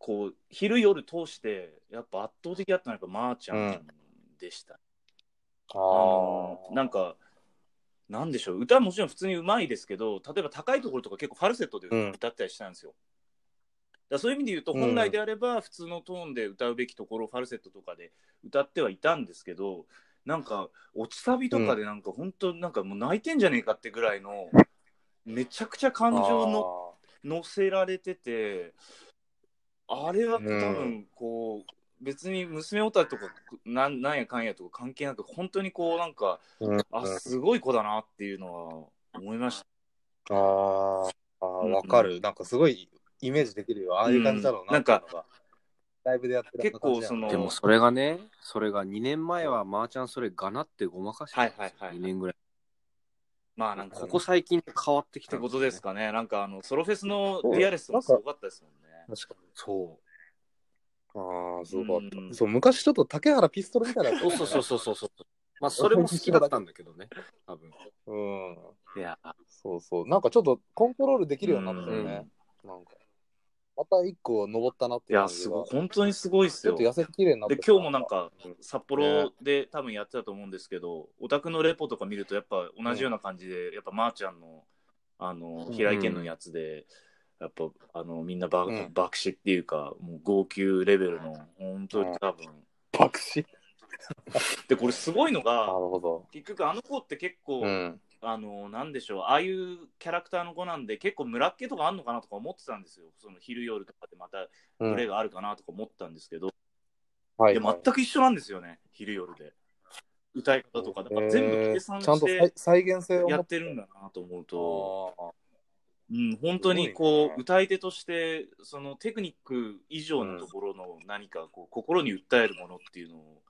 S3: こう昼夜通してやっぱ圧倒的だったのはやっぱまーちゃんでした、
S9: あ
S3: あの
S9: ー
S3: ーなんかなんでしょう歌はもちろん普通にうまいですけど例えば高いところとか結構ファルセットで
S9: うん
S3: 歌ったりしたんですよ、だからそういう意味で言うと本来であれば普通のトーンで歌うべきところをファルセットとかで歌ってはいたんですけどなんか落ちサビとかでなんか本当なんかもう泣いてんじゃねえかってぐらいのめちゃくちゃ感情の乗せられててあれは多分こう、別に娘オタとかなんなんやかんやとか関係なく本当にこうなんか、
S9: うん
S3: あすごい子だなっていうのは思いまし
S9: あーあー、わかる。なんかすごいイメージできるよ。ああいう感じだろう
S3: うん
S9: な。
S3: なんか
S9: っていうのが、ライブでやってる
S3: 結構その
S7: でもそれがね、それが2年前はまーちゃんそれがなってごまかしてたんですよ、
S3: はいはいはい
S7: 2年ぐらい。
S3: たまあなんか
S7: ここ最近変わってき
S3: ったて
S7: ん
S3: ことですか
S7: か
S3: ねなんかあのソロフェスのディアレスもすごかったですもんね
S9: 確かに。
S7: そ
S9: ああ、すごかった。
S3: うん
S9: そう、昔ちょっと竹原ピストルみたいな。
S7: う。そうそうそうそうそう。まあそれも好きだったんだけどね、多分。
S9: う。うん。
S3: いや
S9: そうそう。なんかちょっとコントロールできるようになったよね。なんか。また一個登ったなって
S3: い
S9: 感
S3: や
S9: じが
S3: すごい本当にすごいです
S9: ちょっ
S3: よ
S9: と痩せ綺麗になった。
S3: で今日もなん。か
S9: うん
S3: 札幌で多分やってたと思うんですけど、オタクのレポとか見るとやっぱ同じような感じで、やっぱまーちゃんのあの
S9: うん
S3: 平井堅のやつで、やっぱあのみんなば、
S9: うん
S3: 爆死っていうかもう号泣レベルの本当に多分、
S9: 爆死。
S3: でこれすごいの
S9: なる
S3: が
S9: ほど。
S3: 結局あの子って結構、
S9: うん。
S3: あのなんでしょうああいうキャラクターの子なんで結構村っ気とかあんのかなとか思ってたんですよその昼夜とかでまた
S9: うん
S3: プレイがあるかなとか思ったんですけど、
S9: はいい
S3: や
S9: はい。
S3: 全く一緒なんですよね昼夜で歌い方とかだから全部計算
S9: えーちゃん
S3: し
S9: と
S3: て
S9: 再現性を持
S3: や
S9: っ
S3: っててるんだなと思うと、
S9: あー
S3: うん、本当にこ
S9: すごいうね
S3: 歌い手としてそのテクニック以上のところの何かこう心に訴えるものっていうのを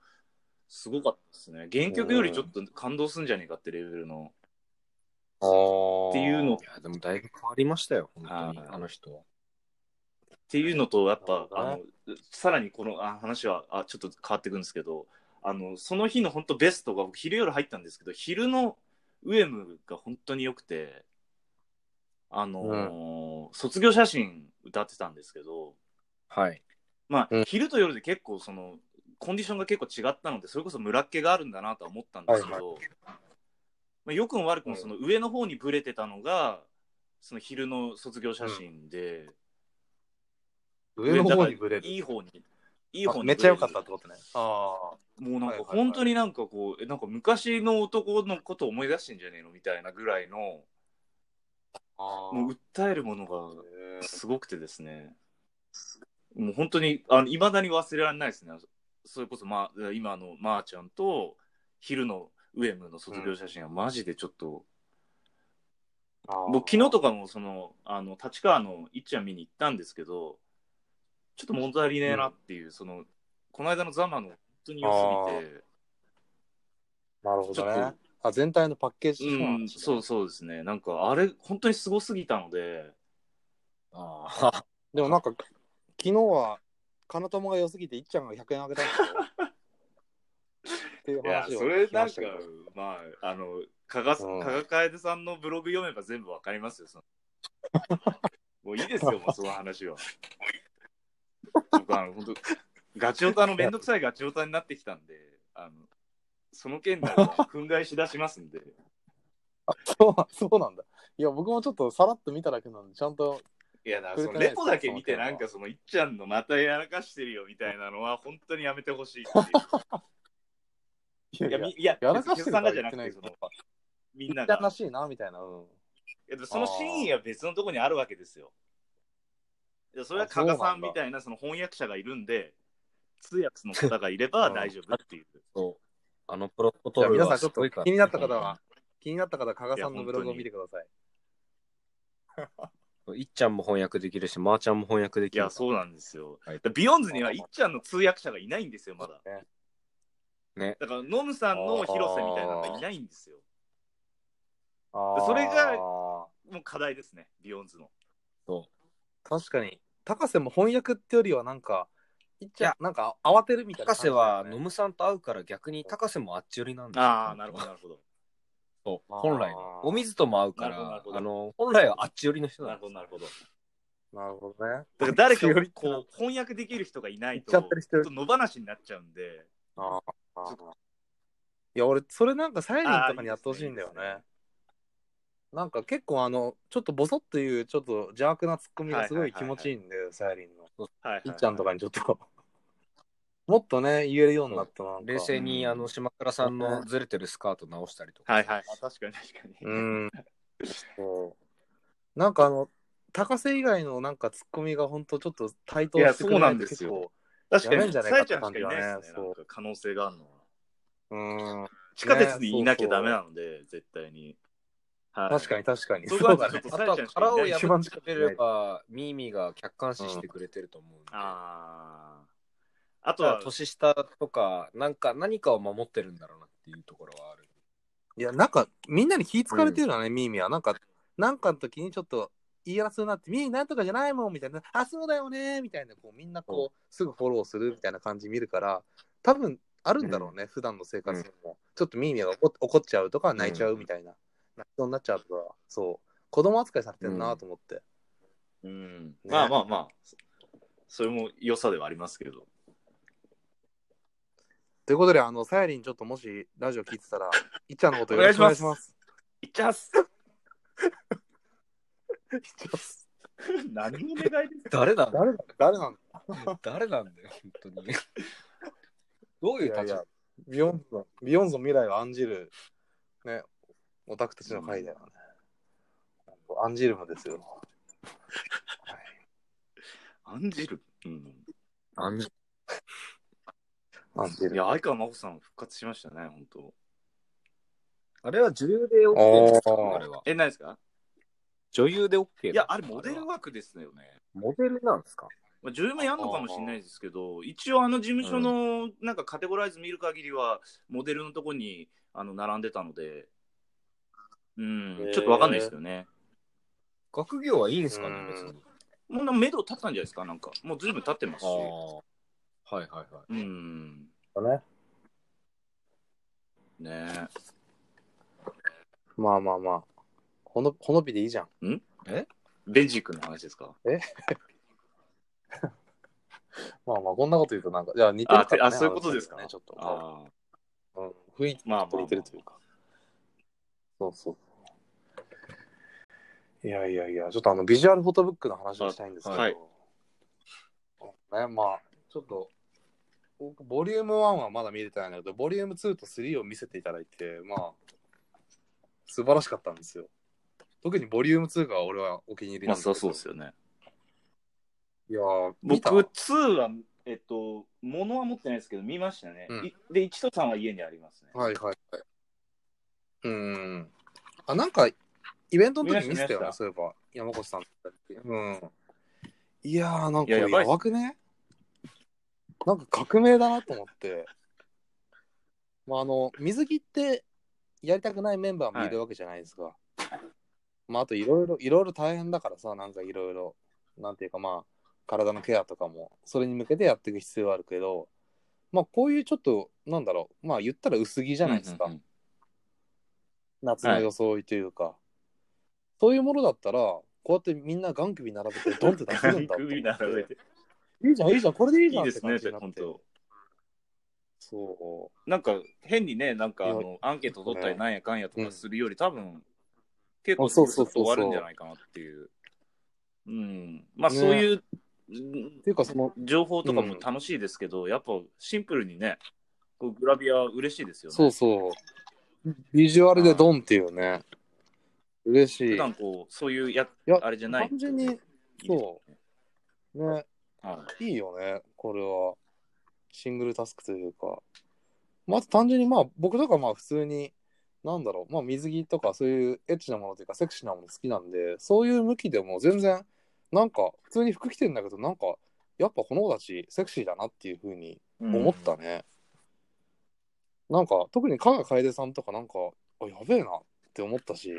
S3: すごかったですね原曲よりちょっと感動すんじゃねえかってレベルの
S9: あー。
S3: っていうの
S7: いや、でもだいぶ変わりましたよ、本当に、
S3: はい
S7: あの人は。
S3: っていうのと、やっぱ、
S9: なる
S3: あ
S9: ほ
S3: の、さらにこのあ話は、あ、ちょっと変わってくんですけど、あの、その日の本当ベストが、僕、昼夜入ったんですけど、昼のウエムが本当に良くて、あのー卒業写真歌ってたんですけど、
S7: はい。
S3: まあ、
S9: うん
S3: 昼と夜で結構、その、コンディションが結構違ったので、それこそ村っ気があるんだなとは思ったんですけど、
S9: はい
S3: まあ、良くも悪くも、その上の方にブレてたのが、その昼の卒業写真で、
S9: 上の方にブレる。
S3: いい方に。いい方にブ
S9: あ
S3: レる。
S9: めっちゃ良かったってことね。ああ。
S3: もうなんか
S9: はいはいはい
S3: 本当になんかこう、えなんか昔の男のこと思い出してんじゃねえのみたいなぐらいの、
S9: あ
S3: もう訴えるものがすごくてですね。もう本当に、あの、未だに忘れられないですね。それこそ、まあ、今のまーちゃんと、昼のウエムの卒業写真はマジでちょっと、
S10: 僕昨日とかもそのあの立川の一ちゃん見に行ったんですけどちょっと物足りねえなっていう、そのこの間のザマの本当に良すぎて
S9: なるほど
S10: ちょ
S9: ね
S10: っ。
S9: あ、全体のパッケージそう
S10: う
S9: なん
S10: ん、そうそうですね。なんか、あれ、本当にすごすぎたので、
S7: ああ。
S9: でもなんか、昨日は、かなともが良すぎて、いっちゃんが100円あげた
S3: [laughs]
S9: んですよ。っていう
S10: いや、
S9: 話を
S10: それ
S9: 聞き
S10: な
S9: ま
S10: ん
S9: し
S10: か
S9: たけど。、
S10: まあ、あの、加賀、
S9: うん
S10: 加賀楓さんのブログ読めば全部わかりますよ、そ
S9: [laughs]
S10: のもういいですよ、もうその話は。僕、あの、本当ガチオタのめんどくさいガチオタになってきたんで、あの、その件なら憤慨しだしますんで。
S9: そうそうなんだ。いや、僕もちょっとさらっと見ただけなんで、ちゃんと、
S10: いやだから
S9: 触れてないで
S10: そのレ
S9: す
S10: ポだけ見て
S9: その件
S10: な
S9: は
S10: んかそのいっちゃんのまたやらかしてるよみたいなのは本当にやめてほしいって
S9: いや [laughs] い
S10: いう。いや
S9: や、
S10: みいや、
S9: やらかしてると
S10: さん
S9: は
S10: がじゃ
S9: 言っ
S10: な
S9: て
S10: く
S9: ないけ
S10: てそ
S9: ど
S10: のみん
S9: みん
S10: な
S9: な
S10: が。
S9: らしいな、みたいな。うん。
S10: いやそのシーンは別のところにあるわけですよ。いやそれは
S9: あそ
S10: 加
S9: うな
S10: 賀
S9: んだ
S10: さんみたいなその翻訳者がいるんで、通訳の方がい
S9: [laughs]
S10: れば大丈夫っていう。
S7: そう。あのプロト
S9: じゃ
S7: ト
S9: あ
S7: ール
S9: 皆さ
S7: は
S9: んち
S7: す
S9: ょっと
S7: ごいから。
S9: 気になった方は、気になった方は加賀さんのブログを見てください。
S7: いっちゃんも翻訳できるし、まーちゃんも翻訳で
S10: い
S7: きる。
S10: や、そうなんですよ。
S7: はい
S10: だビヨンズにはいっちゃんの通訳者がいないんですよ、まだ。
S7: ね
S10: だから、ノムさんの広瀬みたいなのがいないんですよ。
S9: あ
S10: それが
S9: が、
S10: もう課題ですね、ビヨンズの。
S9: 確かに。高瀬も翻訳ってよりは、なんか、いっち
S7: い
S9: ゃ
S7: や
S9: ん、なんか慌てるみたいな感
S7: 高
S9: じだ
S7: 瀬
S9: よね、
S7: はノムさんと会うから逆に高瀬もあっち寄りなんですよ
S10: ああ、なるほど、なるほど。
S7: そう
S9: あー
S7: 本来のお水とも合うか
S10: なるほどなる
S7: ら
S10: ほど
S7: あの本来はあっち寄りの人
S10: [laughs] な
S7: なん
S10: るほ
S7: で
S10: ど、なる
S9: [laughs]
S10: ほど。
S9: なるほどね。
S10: だから誰か
S9: 強い
S10: こう翻訳できる人がいないと、ち
S9: 言っ
S10: ょ
S9: ちゃったりしてる
S10: っと野放しになっちゃうんで、
S9: ああ。いや、俺、それなんかサイレンとかにやってほしいんだよね。
S10: ああいいですねいいで
S9: なんか結構あの、ちょっとボソッという、ちょっと邪悪なツッコミがすごい気持ちいいんだよ、サイリンの。
S10: はいはい
S9: いっちゃんとかにちょっと。もっとね、言えるようになったな。
S7: す冷静に
S10: うん
S7: あの島倉さんのずれてるスカート直したりとか、
S10: はいはい。あ確かに確かに。 [laughs]
S9: うん。そうなんかあの、高瀬以外のなんかツッコミが本当ちょっと対等してくれ
S10: いやそうな
S9: ない
S10: ん
S9: と
S10: です
S9: 結
S10: よ
S9: 構。
S10: 確か
S9: やめ
S10: に、
S9: んじ
S10: さ
S9: ゃねえか
S10: え
S9: っ
S10: ちゃ
S9: て感
S10: んし
S9: じ
S10: かい
S9: だね
S10: ないですね。なんか可能性があるのは。
S9: うん。
S10: 地下鉄にいなきゃダメなので、絶対に。はい、
S9: 確かに確かに。
S10: そう考えたら
S9: そうだ
S10: ちょ
S9: ね
S7: あ
S10: っとさえ
S7: とは
S10: ちゃんしかい
S7: 殻を
S10: ない
S9: 一
S7: 破
S9: 番
S7: ってくれればミーミーが客観視してくれてると思うんで、
S10: ああ。あと
S7: ただ
S10: は、
S7: 年下とかなんか何かを守ってるんだろうなっていうところはある
S9: いや、なんか、みんなに気ぃつかれてるよね、ミーミーは。なんか、なんかの時にちょっと言い争いになって、ミーミーなんとかじゃないもん、みたいな。あ、そうだよね、みたいな、こう、みんなこう、すぐフォローするみたいな感じ見るから、多分、あるんだろうね、普段の生活にも。ちょっとミーミーが怒っ怒っちゃうとか、泣いちゃうみたいな。泣きそうになっちゃうとか、そう。子供扱いされてるなと思って。
S10: うんまあまあまあ、それも良さではありますけど。
S9: ということで、あの、さやりん、ちょっともし、ラジオ聞いてたら、いっちゃんのことよ
S10: お願
S9: ろし
S10: いし
S9: くお願
S10: ま
S9: いしま
S10: す
S9: す。
S10: いっちゃっす [laughs] 何お願いです
S7: 誰なんだ
S9: 誰だ誰なんだ
S7: 誰なんだよ本 [laughs] 当にどういう立
S9: いやいや
S7: 場
S9: ビヨンズの、ビヨンズの未来を案じる、ね、オタクたちの会だよね。アンジルムですよ。
S10: 案じる、うん、
S7: あん
S9: アンジ
S10: い
S9: ルム。
S10: や、相川真帆さん復活しましたね、本当。
S7: あれは女優で OK ですか
S9: あー
S7: あれは
S10: え、何ですか
S7: 女優で OK
S10: いや、あれモデル枠ですよね。
S7: モデルなんですか
S10: まあ、女優もやんのかもしれないですけど、一応あの事務所のなんかカテゴライズ見る限りは、モデルのとこにあの並んでたので、うん、ちょっとわかんないですけどね。
S7: 学業はいいんですかね
S9: うん
S7: 別に
S10: もうなんか目処立ったんじゃないですか、なんか。もうずいぶん経ってます
S7: あ
S10: し。
S7: あ。はいはいはい。
S10: うん。
S9: ね。
S10: ねえ
S9: まあまあまあ。ほの、ほのびでいいじゃん。
S10: ベンジー君の話ですか
S9: まあまあ、こんなこと言うとなんか、じゃあ似てるから、
S10: あ
S9: ね。
S10: てあそういうことですか
S9: 話がねちょっとこ
S10: ああ。
S9: う、うん、雰囲気
S10: まあまあまあ
S9: 似てるというか。そうそう。いやいやいや、ちょっとあの、ビジュアルフォトブックの話をしたいんですけど。
S10: はい
S9: ね、まあ、ちょっと、僕ボリューム1はまだ見れてないんだけど、ボリューム2と3を見せていただいて、まあ、素晴らしかったんですよ。特にボリューム2が俺はお気に入り
S10: ま
S9: な
S10: あ、
S9: んですけど
S10: そうそうですよね。
S9: いやー見た
S10: 僕、2は、えっと、物は持ってないですけど、見ましたね。
S9: うん
S10: いで、1と3は家にありますね。
S9: はいはいはい。うーん。あ、なんか、イベントの時見せたよ
S10: 見ま
S9: ね、
S10: した
S9: そういえば。山越さんだったっけ。うん。いやー、なん
S7: い
S9: か
S7: や
S9: や
S7: やばいっす
S9: ばくねなんか革命だなと思って。まあ、あの、水着ってやりたくないメンバーもいるわけじゃないですか。まあ、あといろいろ、いろいろ大変だからさ、なんかいろいろ、なんていうかまあ、体のケアとかも、それに向けてやっていく必要はあるけど、まあ、こういうちょっと、なんだろう、まあ、言ったら薄着じゃないですか。
S10: うんうんうん
S9: 夏の装いというか、そういうものだったら、こうやってみんな眼首並べてドンって出せるんだって思っ
S10: 首並べ
S9: て。いいじゃん、いいじゃん、これでいいじ
S10: い
S9: ゃ
S10: い
S9: ん
S10: で
S9: って
S10: す
S9: 感
S10: ね、
S9: じ
S10: そ
S9: に
S10: れ
S9: なって。
S10: 本当。
S9: そう。
S10: なんか変にね、なんかあ
S9: い
S10: のアンケート取ったりなんやかんやとかするより、多分結
S9: あ
S10: 構
S9: そ
S10: そう
S9: そうそうそう
S10: 終わるんじゃないかなっていう。うん。まあそういううん
S9: っていうか、その、
S10: 情報とかも楽しいですけど、やっぱシンプルにね、こうグラビア嬉しいですよね。
S9: そうそう。ビジュアルでドンっていうね。嬉しい。
S10: 普段こう、そういうや、
S9: いや
S10: あれじゃない。
S9: 完全に、そう。ね、
S10: はい
S9: いよね、これは。シングルタスクというか。まあ、あと単純に、まあ、僕とかまあ、普通に、なんだろう、まあ、水着とか、そういうエッチなものというか、セクシーなもの好きなんで、そういう向きでも全然、なんか、普通に服着てんだけど、なんか、やっぱこの子たち、セクシーだなっていうふうに
S10: うん
S9: 思ったね。なんか、特に加賀楓さんとか、なんか、あ、やべえなって思ったし、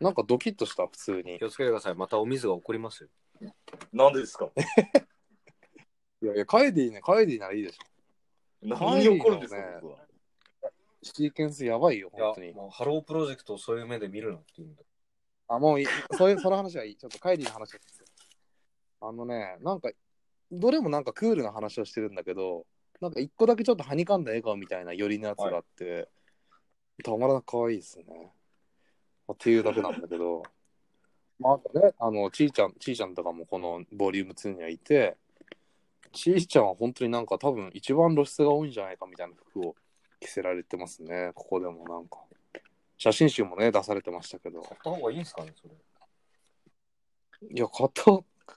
S9: なんかドキッとした、普通に。
S7: 気をつけてください。またお水が起こりますよ。
S10: なんでですか
S9: いやいや、カエディね、カエディならいいでしょ。
S10: 何に怒るんですか、
S9: ないよね
S10: 僕は。
S9: シーケンスやばいよ、
S4: いや
S9: 本当に。
S4: もうハロープロジェクトをそういう目で見るなっていうんだ
S9: あ、もういい。そう [laughs] いう、その話はいい。ちょっとカエディの話はいいですよ。あのね、なんか、どれもなんかクールな話をしてるんだけど、なんか一個だけちょっとはにかんだ笑顔みたいな寄りのやつがあって、たまらなく可愛いですね。まあっていうだけなんだけど、 [laughs] まあ、あとね、あの、ちいちゃん、ちいちゃんとかもこのボリューム2にはいて、ちいちゃんは本当になんか多分一番露出が多いんじゃないかみたいな服を着せられてますね。ここでもなんか。写真集もね、出されてましたけど。
S4: 買った方がいいんですかねそれ
S9: いや、買った、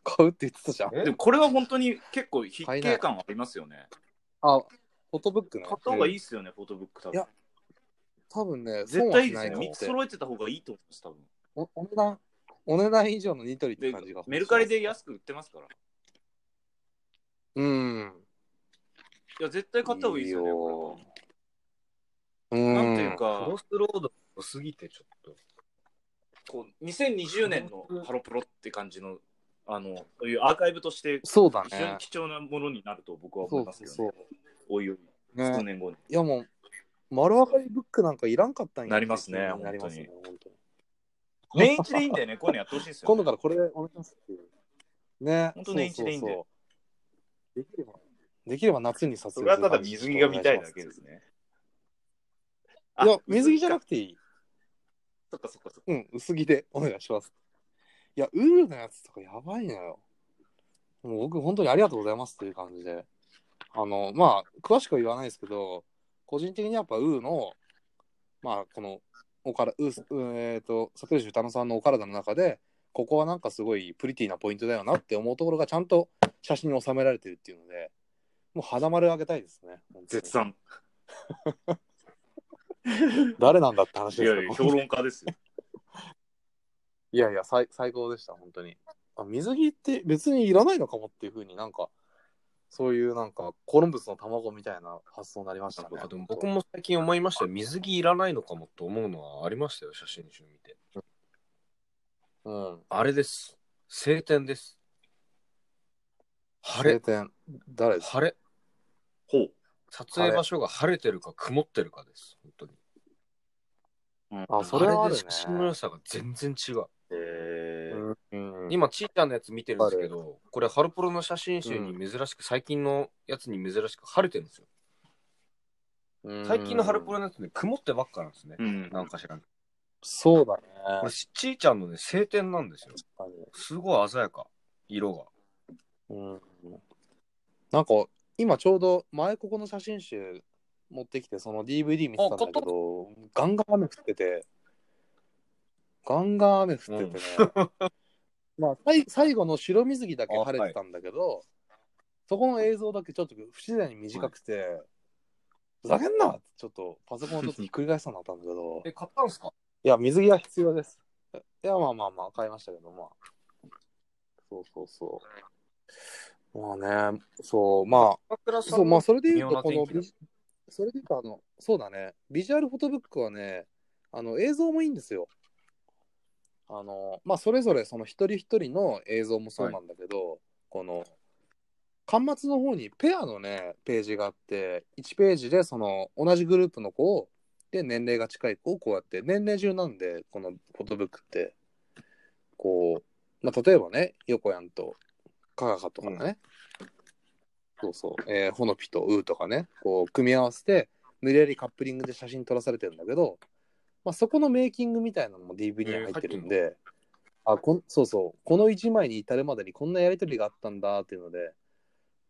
S9: 買うって言ってたじゃん。
S10: でもこれは本当に結構筆定感ありますよね。
S9: あ、フォトブックね。
S10: 買った方がい
S9: い。
S10: いっすよね、フォトブック多
S9: いや
S10: 分。
S9: 多分ね、
S10: 絶対いいです
S9: 損はし
S10: ね。
S9: なと思
S10: 3
S9: っ
S10: つ
S9: て
S10: 揃えてた方がいいと思います、多分。
S9: おお値段、お値段以上のニトリって
S10: で
S9: 感じが。
S10: メルカリで。安く売ってますから。い
S9: うん。
S10: や、絶対買った方がいいですよね、こ
S9: う
S10: れは。なん
S9: ん。
S10: ていうか
S4: ク、ロスロードを過ぎてちょっと
S10: こう2020年のハロプロって感じの、あの、そういうアーカイブとして、
S9: そうだ
S10: 非常に
S9: ね。
S10: 貴重なものになると僕は
S9: そ
S10: 思いうます
S9: そ
S10: け
S9: う
S10: どね。
S9: そう。
S10: おいおい、数
S9: ね、
S10: 年後に。
S9: いやもう、丸分かりブックなんかいらんかったんや
S10: なりますね
S9: っていう風なりますね、本当に。
S10: 年一でいいんだよね、こういうのやってほしいですよ
S9: 今
S10: ね、
S9: 度からこれお願いしますっていう。ね。
S10: ほんと年一でいいんで
S9: そうそうそうできれば、できれば夏に撮影
S10: それはただ水着が見たいだけですすね。
S9: る感じ。いや、水着じゃな
S10: く
S9: くていい。
S10: そっかそっかそっか。
S9: うん、薄着でお願いします。いや、ウールのやつとかやばいのよ。もう僕、本当にありがとうございますという感じで。あの、まあ、詳しくは言わないですけど、個人的にやっぱウーの、まあ、この、おから、ウース、うーえっ、と、里吉歌野さんのお体の中で、ここはなんかすごいプリティなポイントだよなって思うところがちゃんと写真に収められてるっていうので、もう花丸あげたいですね。本当に
S10: 絶賛。
S9: 誰なんだって話
S10: い
S9: ですけ
S10: や
S9: ど
S10: いや、評論家ですよ。
S9: [laughs] いやいや、最最高でした、本当に。あ水着って別にいらないのかもっていうふうになんか、そういうなんか、コロンブスの卵みたいな発想になりましたね。
S7: あでも僕も最近思いましたよ。水着いらないのかもと思うのはありましたよ、写真集見て。
S9: うん。
S7: あれです。晴天です。晴
S9: 晴
S7: れ、
S9: 天。誰ですか
S7: 晴れ。
S10: ほう。
S7: 撮影場所が晴れてるか曇ってるかです。本当に。
S9: あ、それはある
S7: で
S9: ね
S7: 写。真の良さが全然違う。
S10: えー
S9: うん、
S7: 今、ちーちゃんのやつ見てるんですけど、これ、ハロプロの写真集に珍しく、最近のやつに珍しく晴れてるんですよ。
S9: うん
S7: 最近のハロプロのやつね、曇ってばっかなんですね。
S10: うん。
S7: なんか知らんけど。
S9: そうだね。
S7: これ、ちーちゃんのね、晴天なんですよ。
S9: 確かに
S7: すごい鮮やか、色が。
S9: うん、なんか今ちょうど前ここの写真集持ってきてその DVD 見てたんだけどガンガン雨降っててガンガン雨降っててね、まあさい最後の白水着だけ晴れてたんだけど、そこの映像だけちょっと不自然に短くて、ふざけんなってちょっとパソコンをちょっとひっくり返しそうになったんだけど
S7: え、買ったんすか
S9: いや水着は必要ですいや、まあまあまあ、買いましたけど、まあ。そうそうそう。まあね、そう、まあ、そう、まあ、それで言うと、この、ビジそれで言うと、あの、そうだね、ビジュアルフォトブックはね、あの、映像もいいんですよ。あの、まあ、それぞれ、その一人一人の映像もそうなんだけど、この、端末の方にペアのね、ページがあって、1ページで、その、同じグループの子を、で、年齢が近い子をこうやって、年齢中なんで、このフォトブックって、こう、まあ、例えばね、横やんと、かがかとかね、そうそう、えーほのぴとうーとかね、こう、組み合わせて、無理やりカップリングで写真撮らされてるんだけど、まあ、そこのメイキングみたいなのも DVD に入ってるんで、あこんそうそう、この1枚に至るまでにこんなやりとりがあったんだっていうので、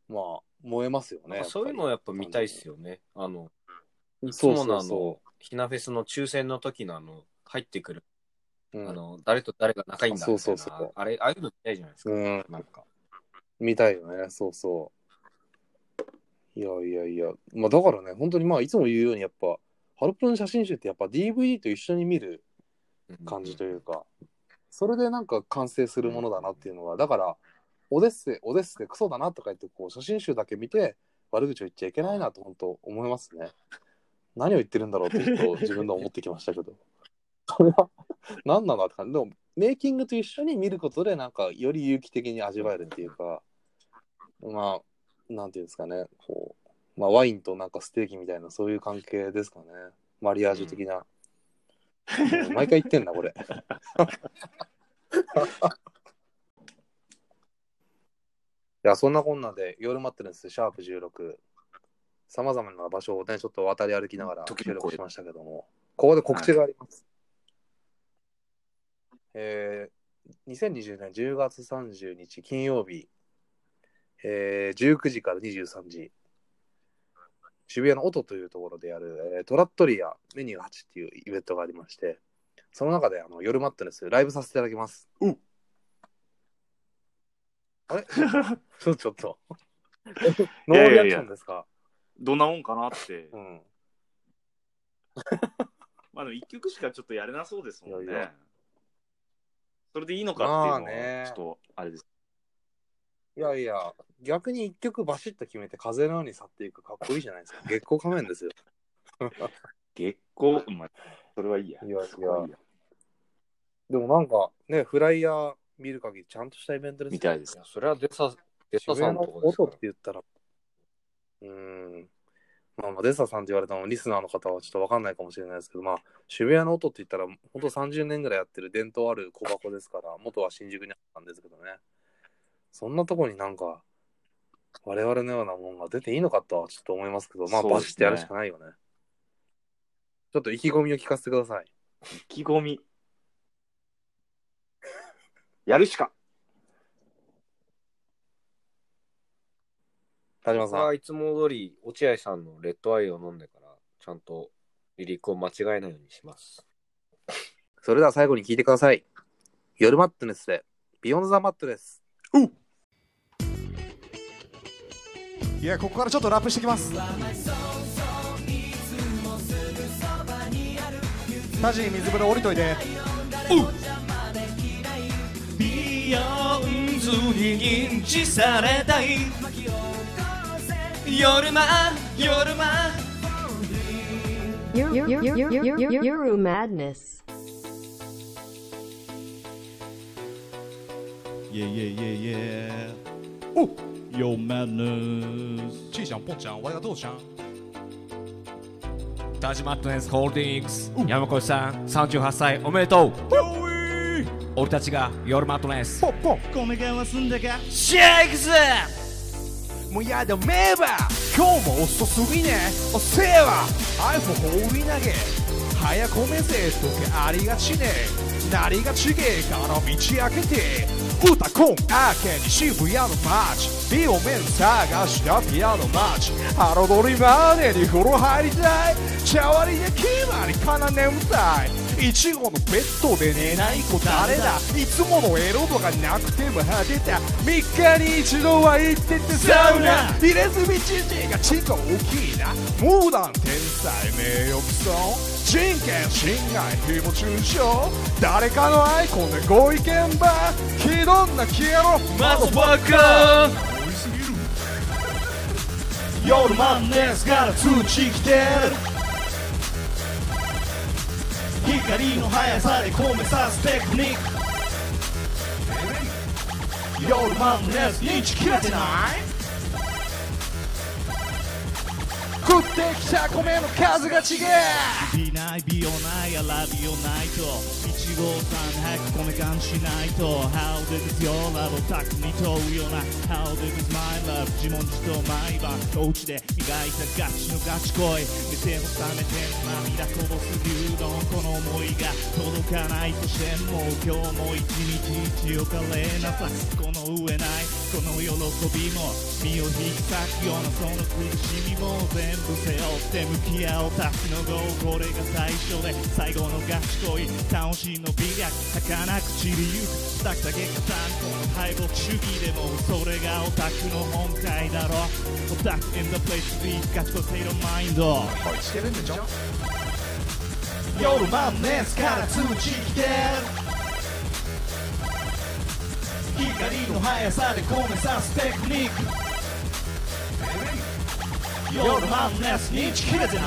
S9: まあ、燃えますよ
S7: なん
S9: ね。
S7: かそういうのを
S9: や
S7: やっぱ見たいっすよね。あ
S9: っ
S7: の、
S9: ぱり
S7: そ
S9: そうう
S7: な
S9: そう
S7: の
S9: そ
S7: ひなフェスの抽選の時のあの、入ってくる、
S9: う。うん
S7: あの、誰と誰が仲いいんだみたいな。
S9: そうそうそう
S7: あれ、ああいうの見たいじゃないですか。
S9: うん
S7: なんか。
S9: 見たいよね、そうそう。いやいやいや、まあだからね、本当にまあいつも言うようにやっぱ、ハロプロの写真集ってやっぱ DVD と一緒に見る感じというか、それでなんか完成するものだなっていうのは、だから、オデッセイ、オデッセイクソだなとか言って、こう写真集だけ見て悪口を言っちゃいけないなと本当思いますね。何を言ってるんだろうってちょっと自分で思ってきましたけど、 [laughs] それは何なのって感じ。でも、メイキングと一緒に見ることで、なんかより有機的に味わえるっていうか、まあ、なんていうんですかね、こう、まあ、ワインとなんかステーキみたいな、そういう関係ですかね。マリアージュ的な。もう毎回言ってんな、これ。いや、そんなこんなで、夜待ってるんですシャープ16。さまざまな場所をね、ちょっと渡り歩きながら
S7: 時
S9: 収
S7: 々こ
S9: 録
S7: うい
S9: しま
S7: う
S9: したけども、ここで告知があります。えー、2020年10月30日金曜日、えー、19時から23時、渋谷の音というところでやる、えートラットリアメニュー8っていうイベントがありまして、その中であの夜マットネスライブさせていただきます。あれ [laughs] ちょっとちょっと。ノーリアクションですか
S10: どんなもんかなって。
S9: うん。
S10: まあでも1曲しかちょっとやれなそうですもん
S9: いやい
S10: ね
S9: や。
S10: それでいいのかって
S9: まあ
S10: いうの
S9: ね
S10: は、ちょっとあれです。
S9: いやいや、逆に一曲バシッと決めて風のように去っていくかっこいいじゃないですか。月光仮面ですよ。
S10: 月光、まあ、それはいいや。
S9: いやいや
S10: そこはいいや。
S9: でもなんかね、フライヤー見る限りちゃんとしたイベントです
S10: み
S9: ね
S10: たいです
S7: い。やそれはデサ、デサ
S9: 渋
S7: さ
S9: 谷
S7: んの
S9: の
S7: とこですか
S9: 音っ
S7: ら
S9: て。言ったら、うーん、まあまあ、デッサさんって言われたのも、リスナーの方はちょっとわかんないかもしれないですけど、まあ、渋谷の音って言ったら、ほんと30年ぐらいやってる伝統ある小箱ですから、元は新宿にあったんですけどね。そんなとこになんか、我々のようなもんが出ていいのかとはちょっと思いますけど、まあ、
S10: そうですね
S9: バシってやるしかないよね。ちょっと意気込みを聞かせてください。
S10: 意気込み。やるしか。
S9: 田島
S7: 僕
S9: さん。
S7: はいつも通り、落合さんのレッドアイを飲んでから、ちゃんと離陸を間違えないようにします。
S9: それでは最後に聞いてください。夜マットネスで、ビヨンドザマットです。
S11: いやここからちょっとラップしてきますタジ水風呂降りといて
S3: ビヨンズに認知されたい夜間夜間
S12: You're, you're, you're, you're, you're, you're, you're a madness.
S1: イェイイェイイェイイェイお Yo Madness
S13: ちいちゃんぽんちゃん俺がどうちゃん
S1: タジマットネスホールディングス山越さん38歳おめでとう俺たちが夜マットネスポッポ米がはすんだかシェイクスもうやだめば今日も遅すぎねお世話 i p h o 放り投げ早くメッセージとかありがちねなりがちげえから道開けて歌コンアーケに渋谷の街ビオメン探したピアノ街ハロドリバーネに風呂入りたい茶割りで決まりかな眠たいいちごのベッドで寝ない子誰だいつものエロ度がなくても果てた3日に一度は行っててサウナ入れ墨じじいがちっと大きいなモーダン天才名誉毀損人権侵害誹謗中傷誰かのアイコンでご意見ばひどんな消えろマザファーカー夜マンネスから通知来てる光の速さで込めさすテクニック夜マンネス認知切れてない食ってきた米の数が違え
S14: ビない美容ないアラビオないと1号さん早く米感しないと How this is your love を巧み問うような How this is my love 自問自答毎晩お家で磨いたガチのガチ恋店を冷めて涙こぼす牛丼この思いが届かないとしても今日も一日一おかれなさこの上ないこの喜びも身を引き裂くようなその苦しみも全部背負って向き合おうたちの号これが最初で最後のガチ恋魂の美学儚く散りゆく下下げ方この敗北主義でもそれがオタクの本体だろオタク in the place to be ガチ恋セイロマインド恋してるんでしょ
S1: 夜マンネスから通知来てる光の速さで込めさすテクニック夜マンネスにち切れてない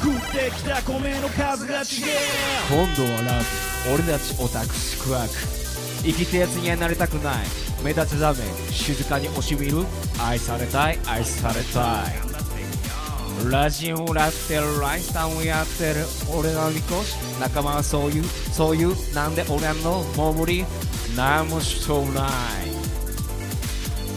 S14: 食ってきた米の数が違え
S4: 今度はラブ俺たちオタク宿泊生きたやつにはなりたくない目立つダメ静かに惜しみる愛されたい愛されたいラジオをやってるライスタンをやってる俺のみこし仲間はそういうそういうなんで俺のもう無理何もしとうない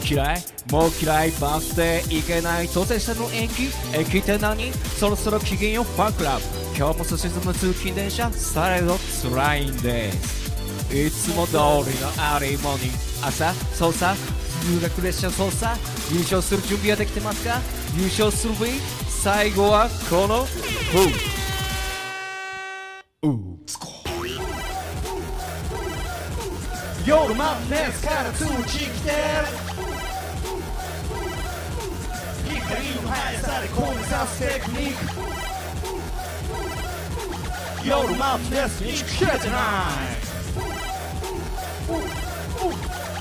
S4: 嫌いもう嫌いバースデーいけない当選者の延期駅って何そろそろ機嫌よファンクラブ今日も進む通勤電車されど辛いんですいつも通りのアーリーモーニング朝操作入学列車操作優勝する準備はできてますか優勝する日最後はこのふう
S1: 夜マンネスから通知来てる光の速さで込めさすテクニック夜マンネスに切れてない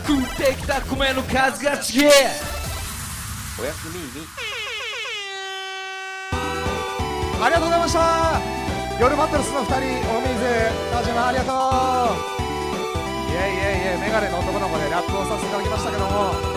S4: 食ってきた米の数が違え
S15: おやすみに
S1: ありがとうございました夜バットルスの2人お水田島ありがとういえいえいえメガネの男の子でラップをさせていただきましたけども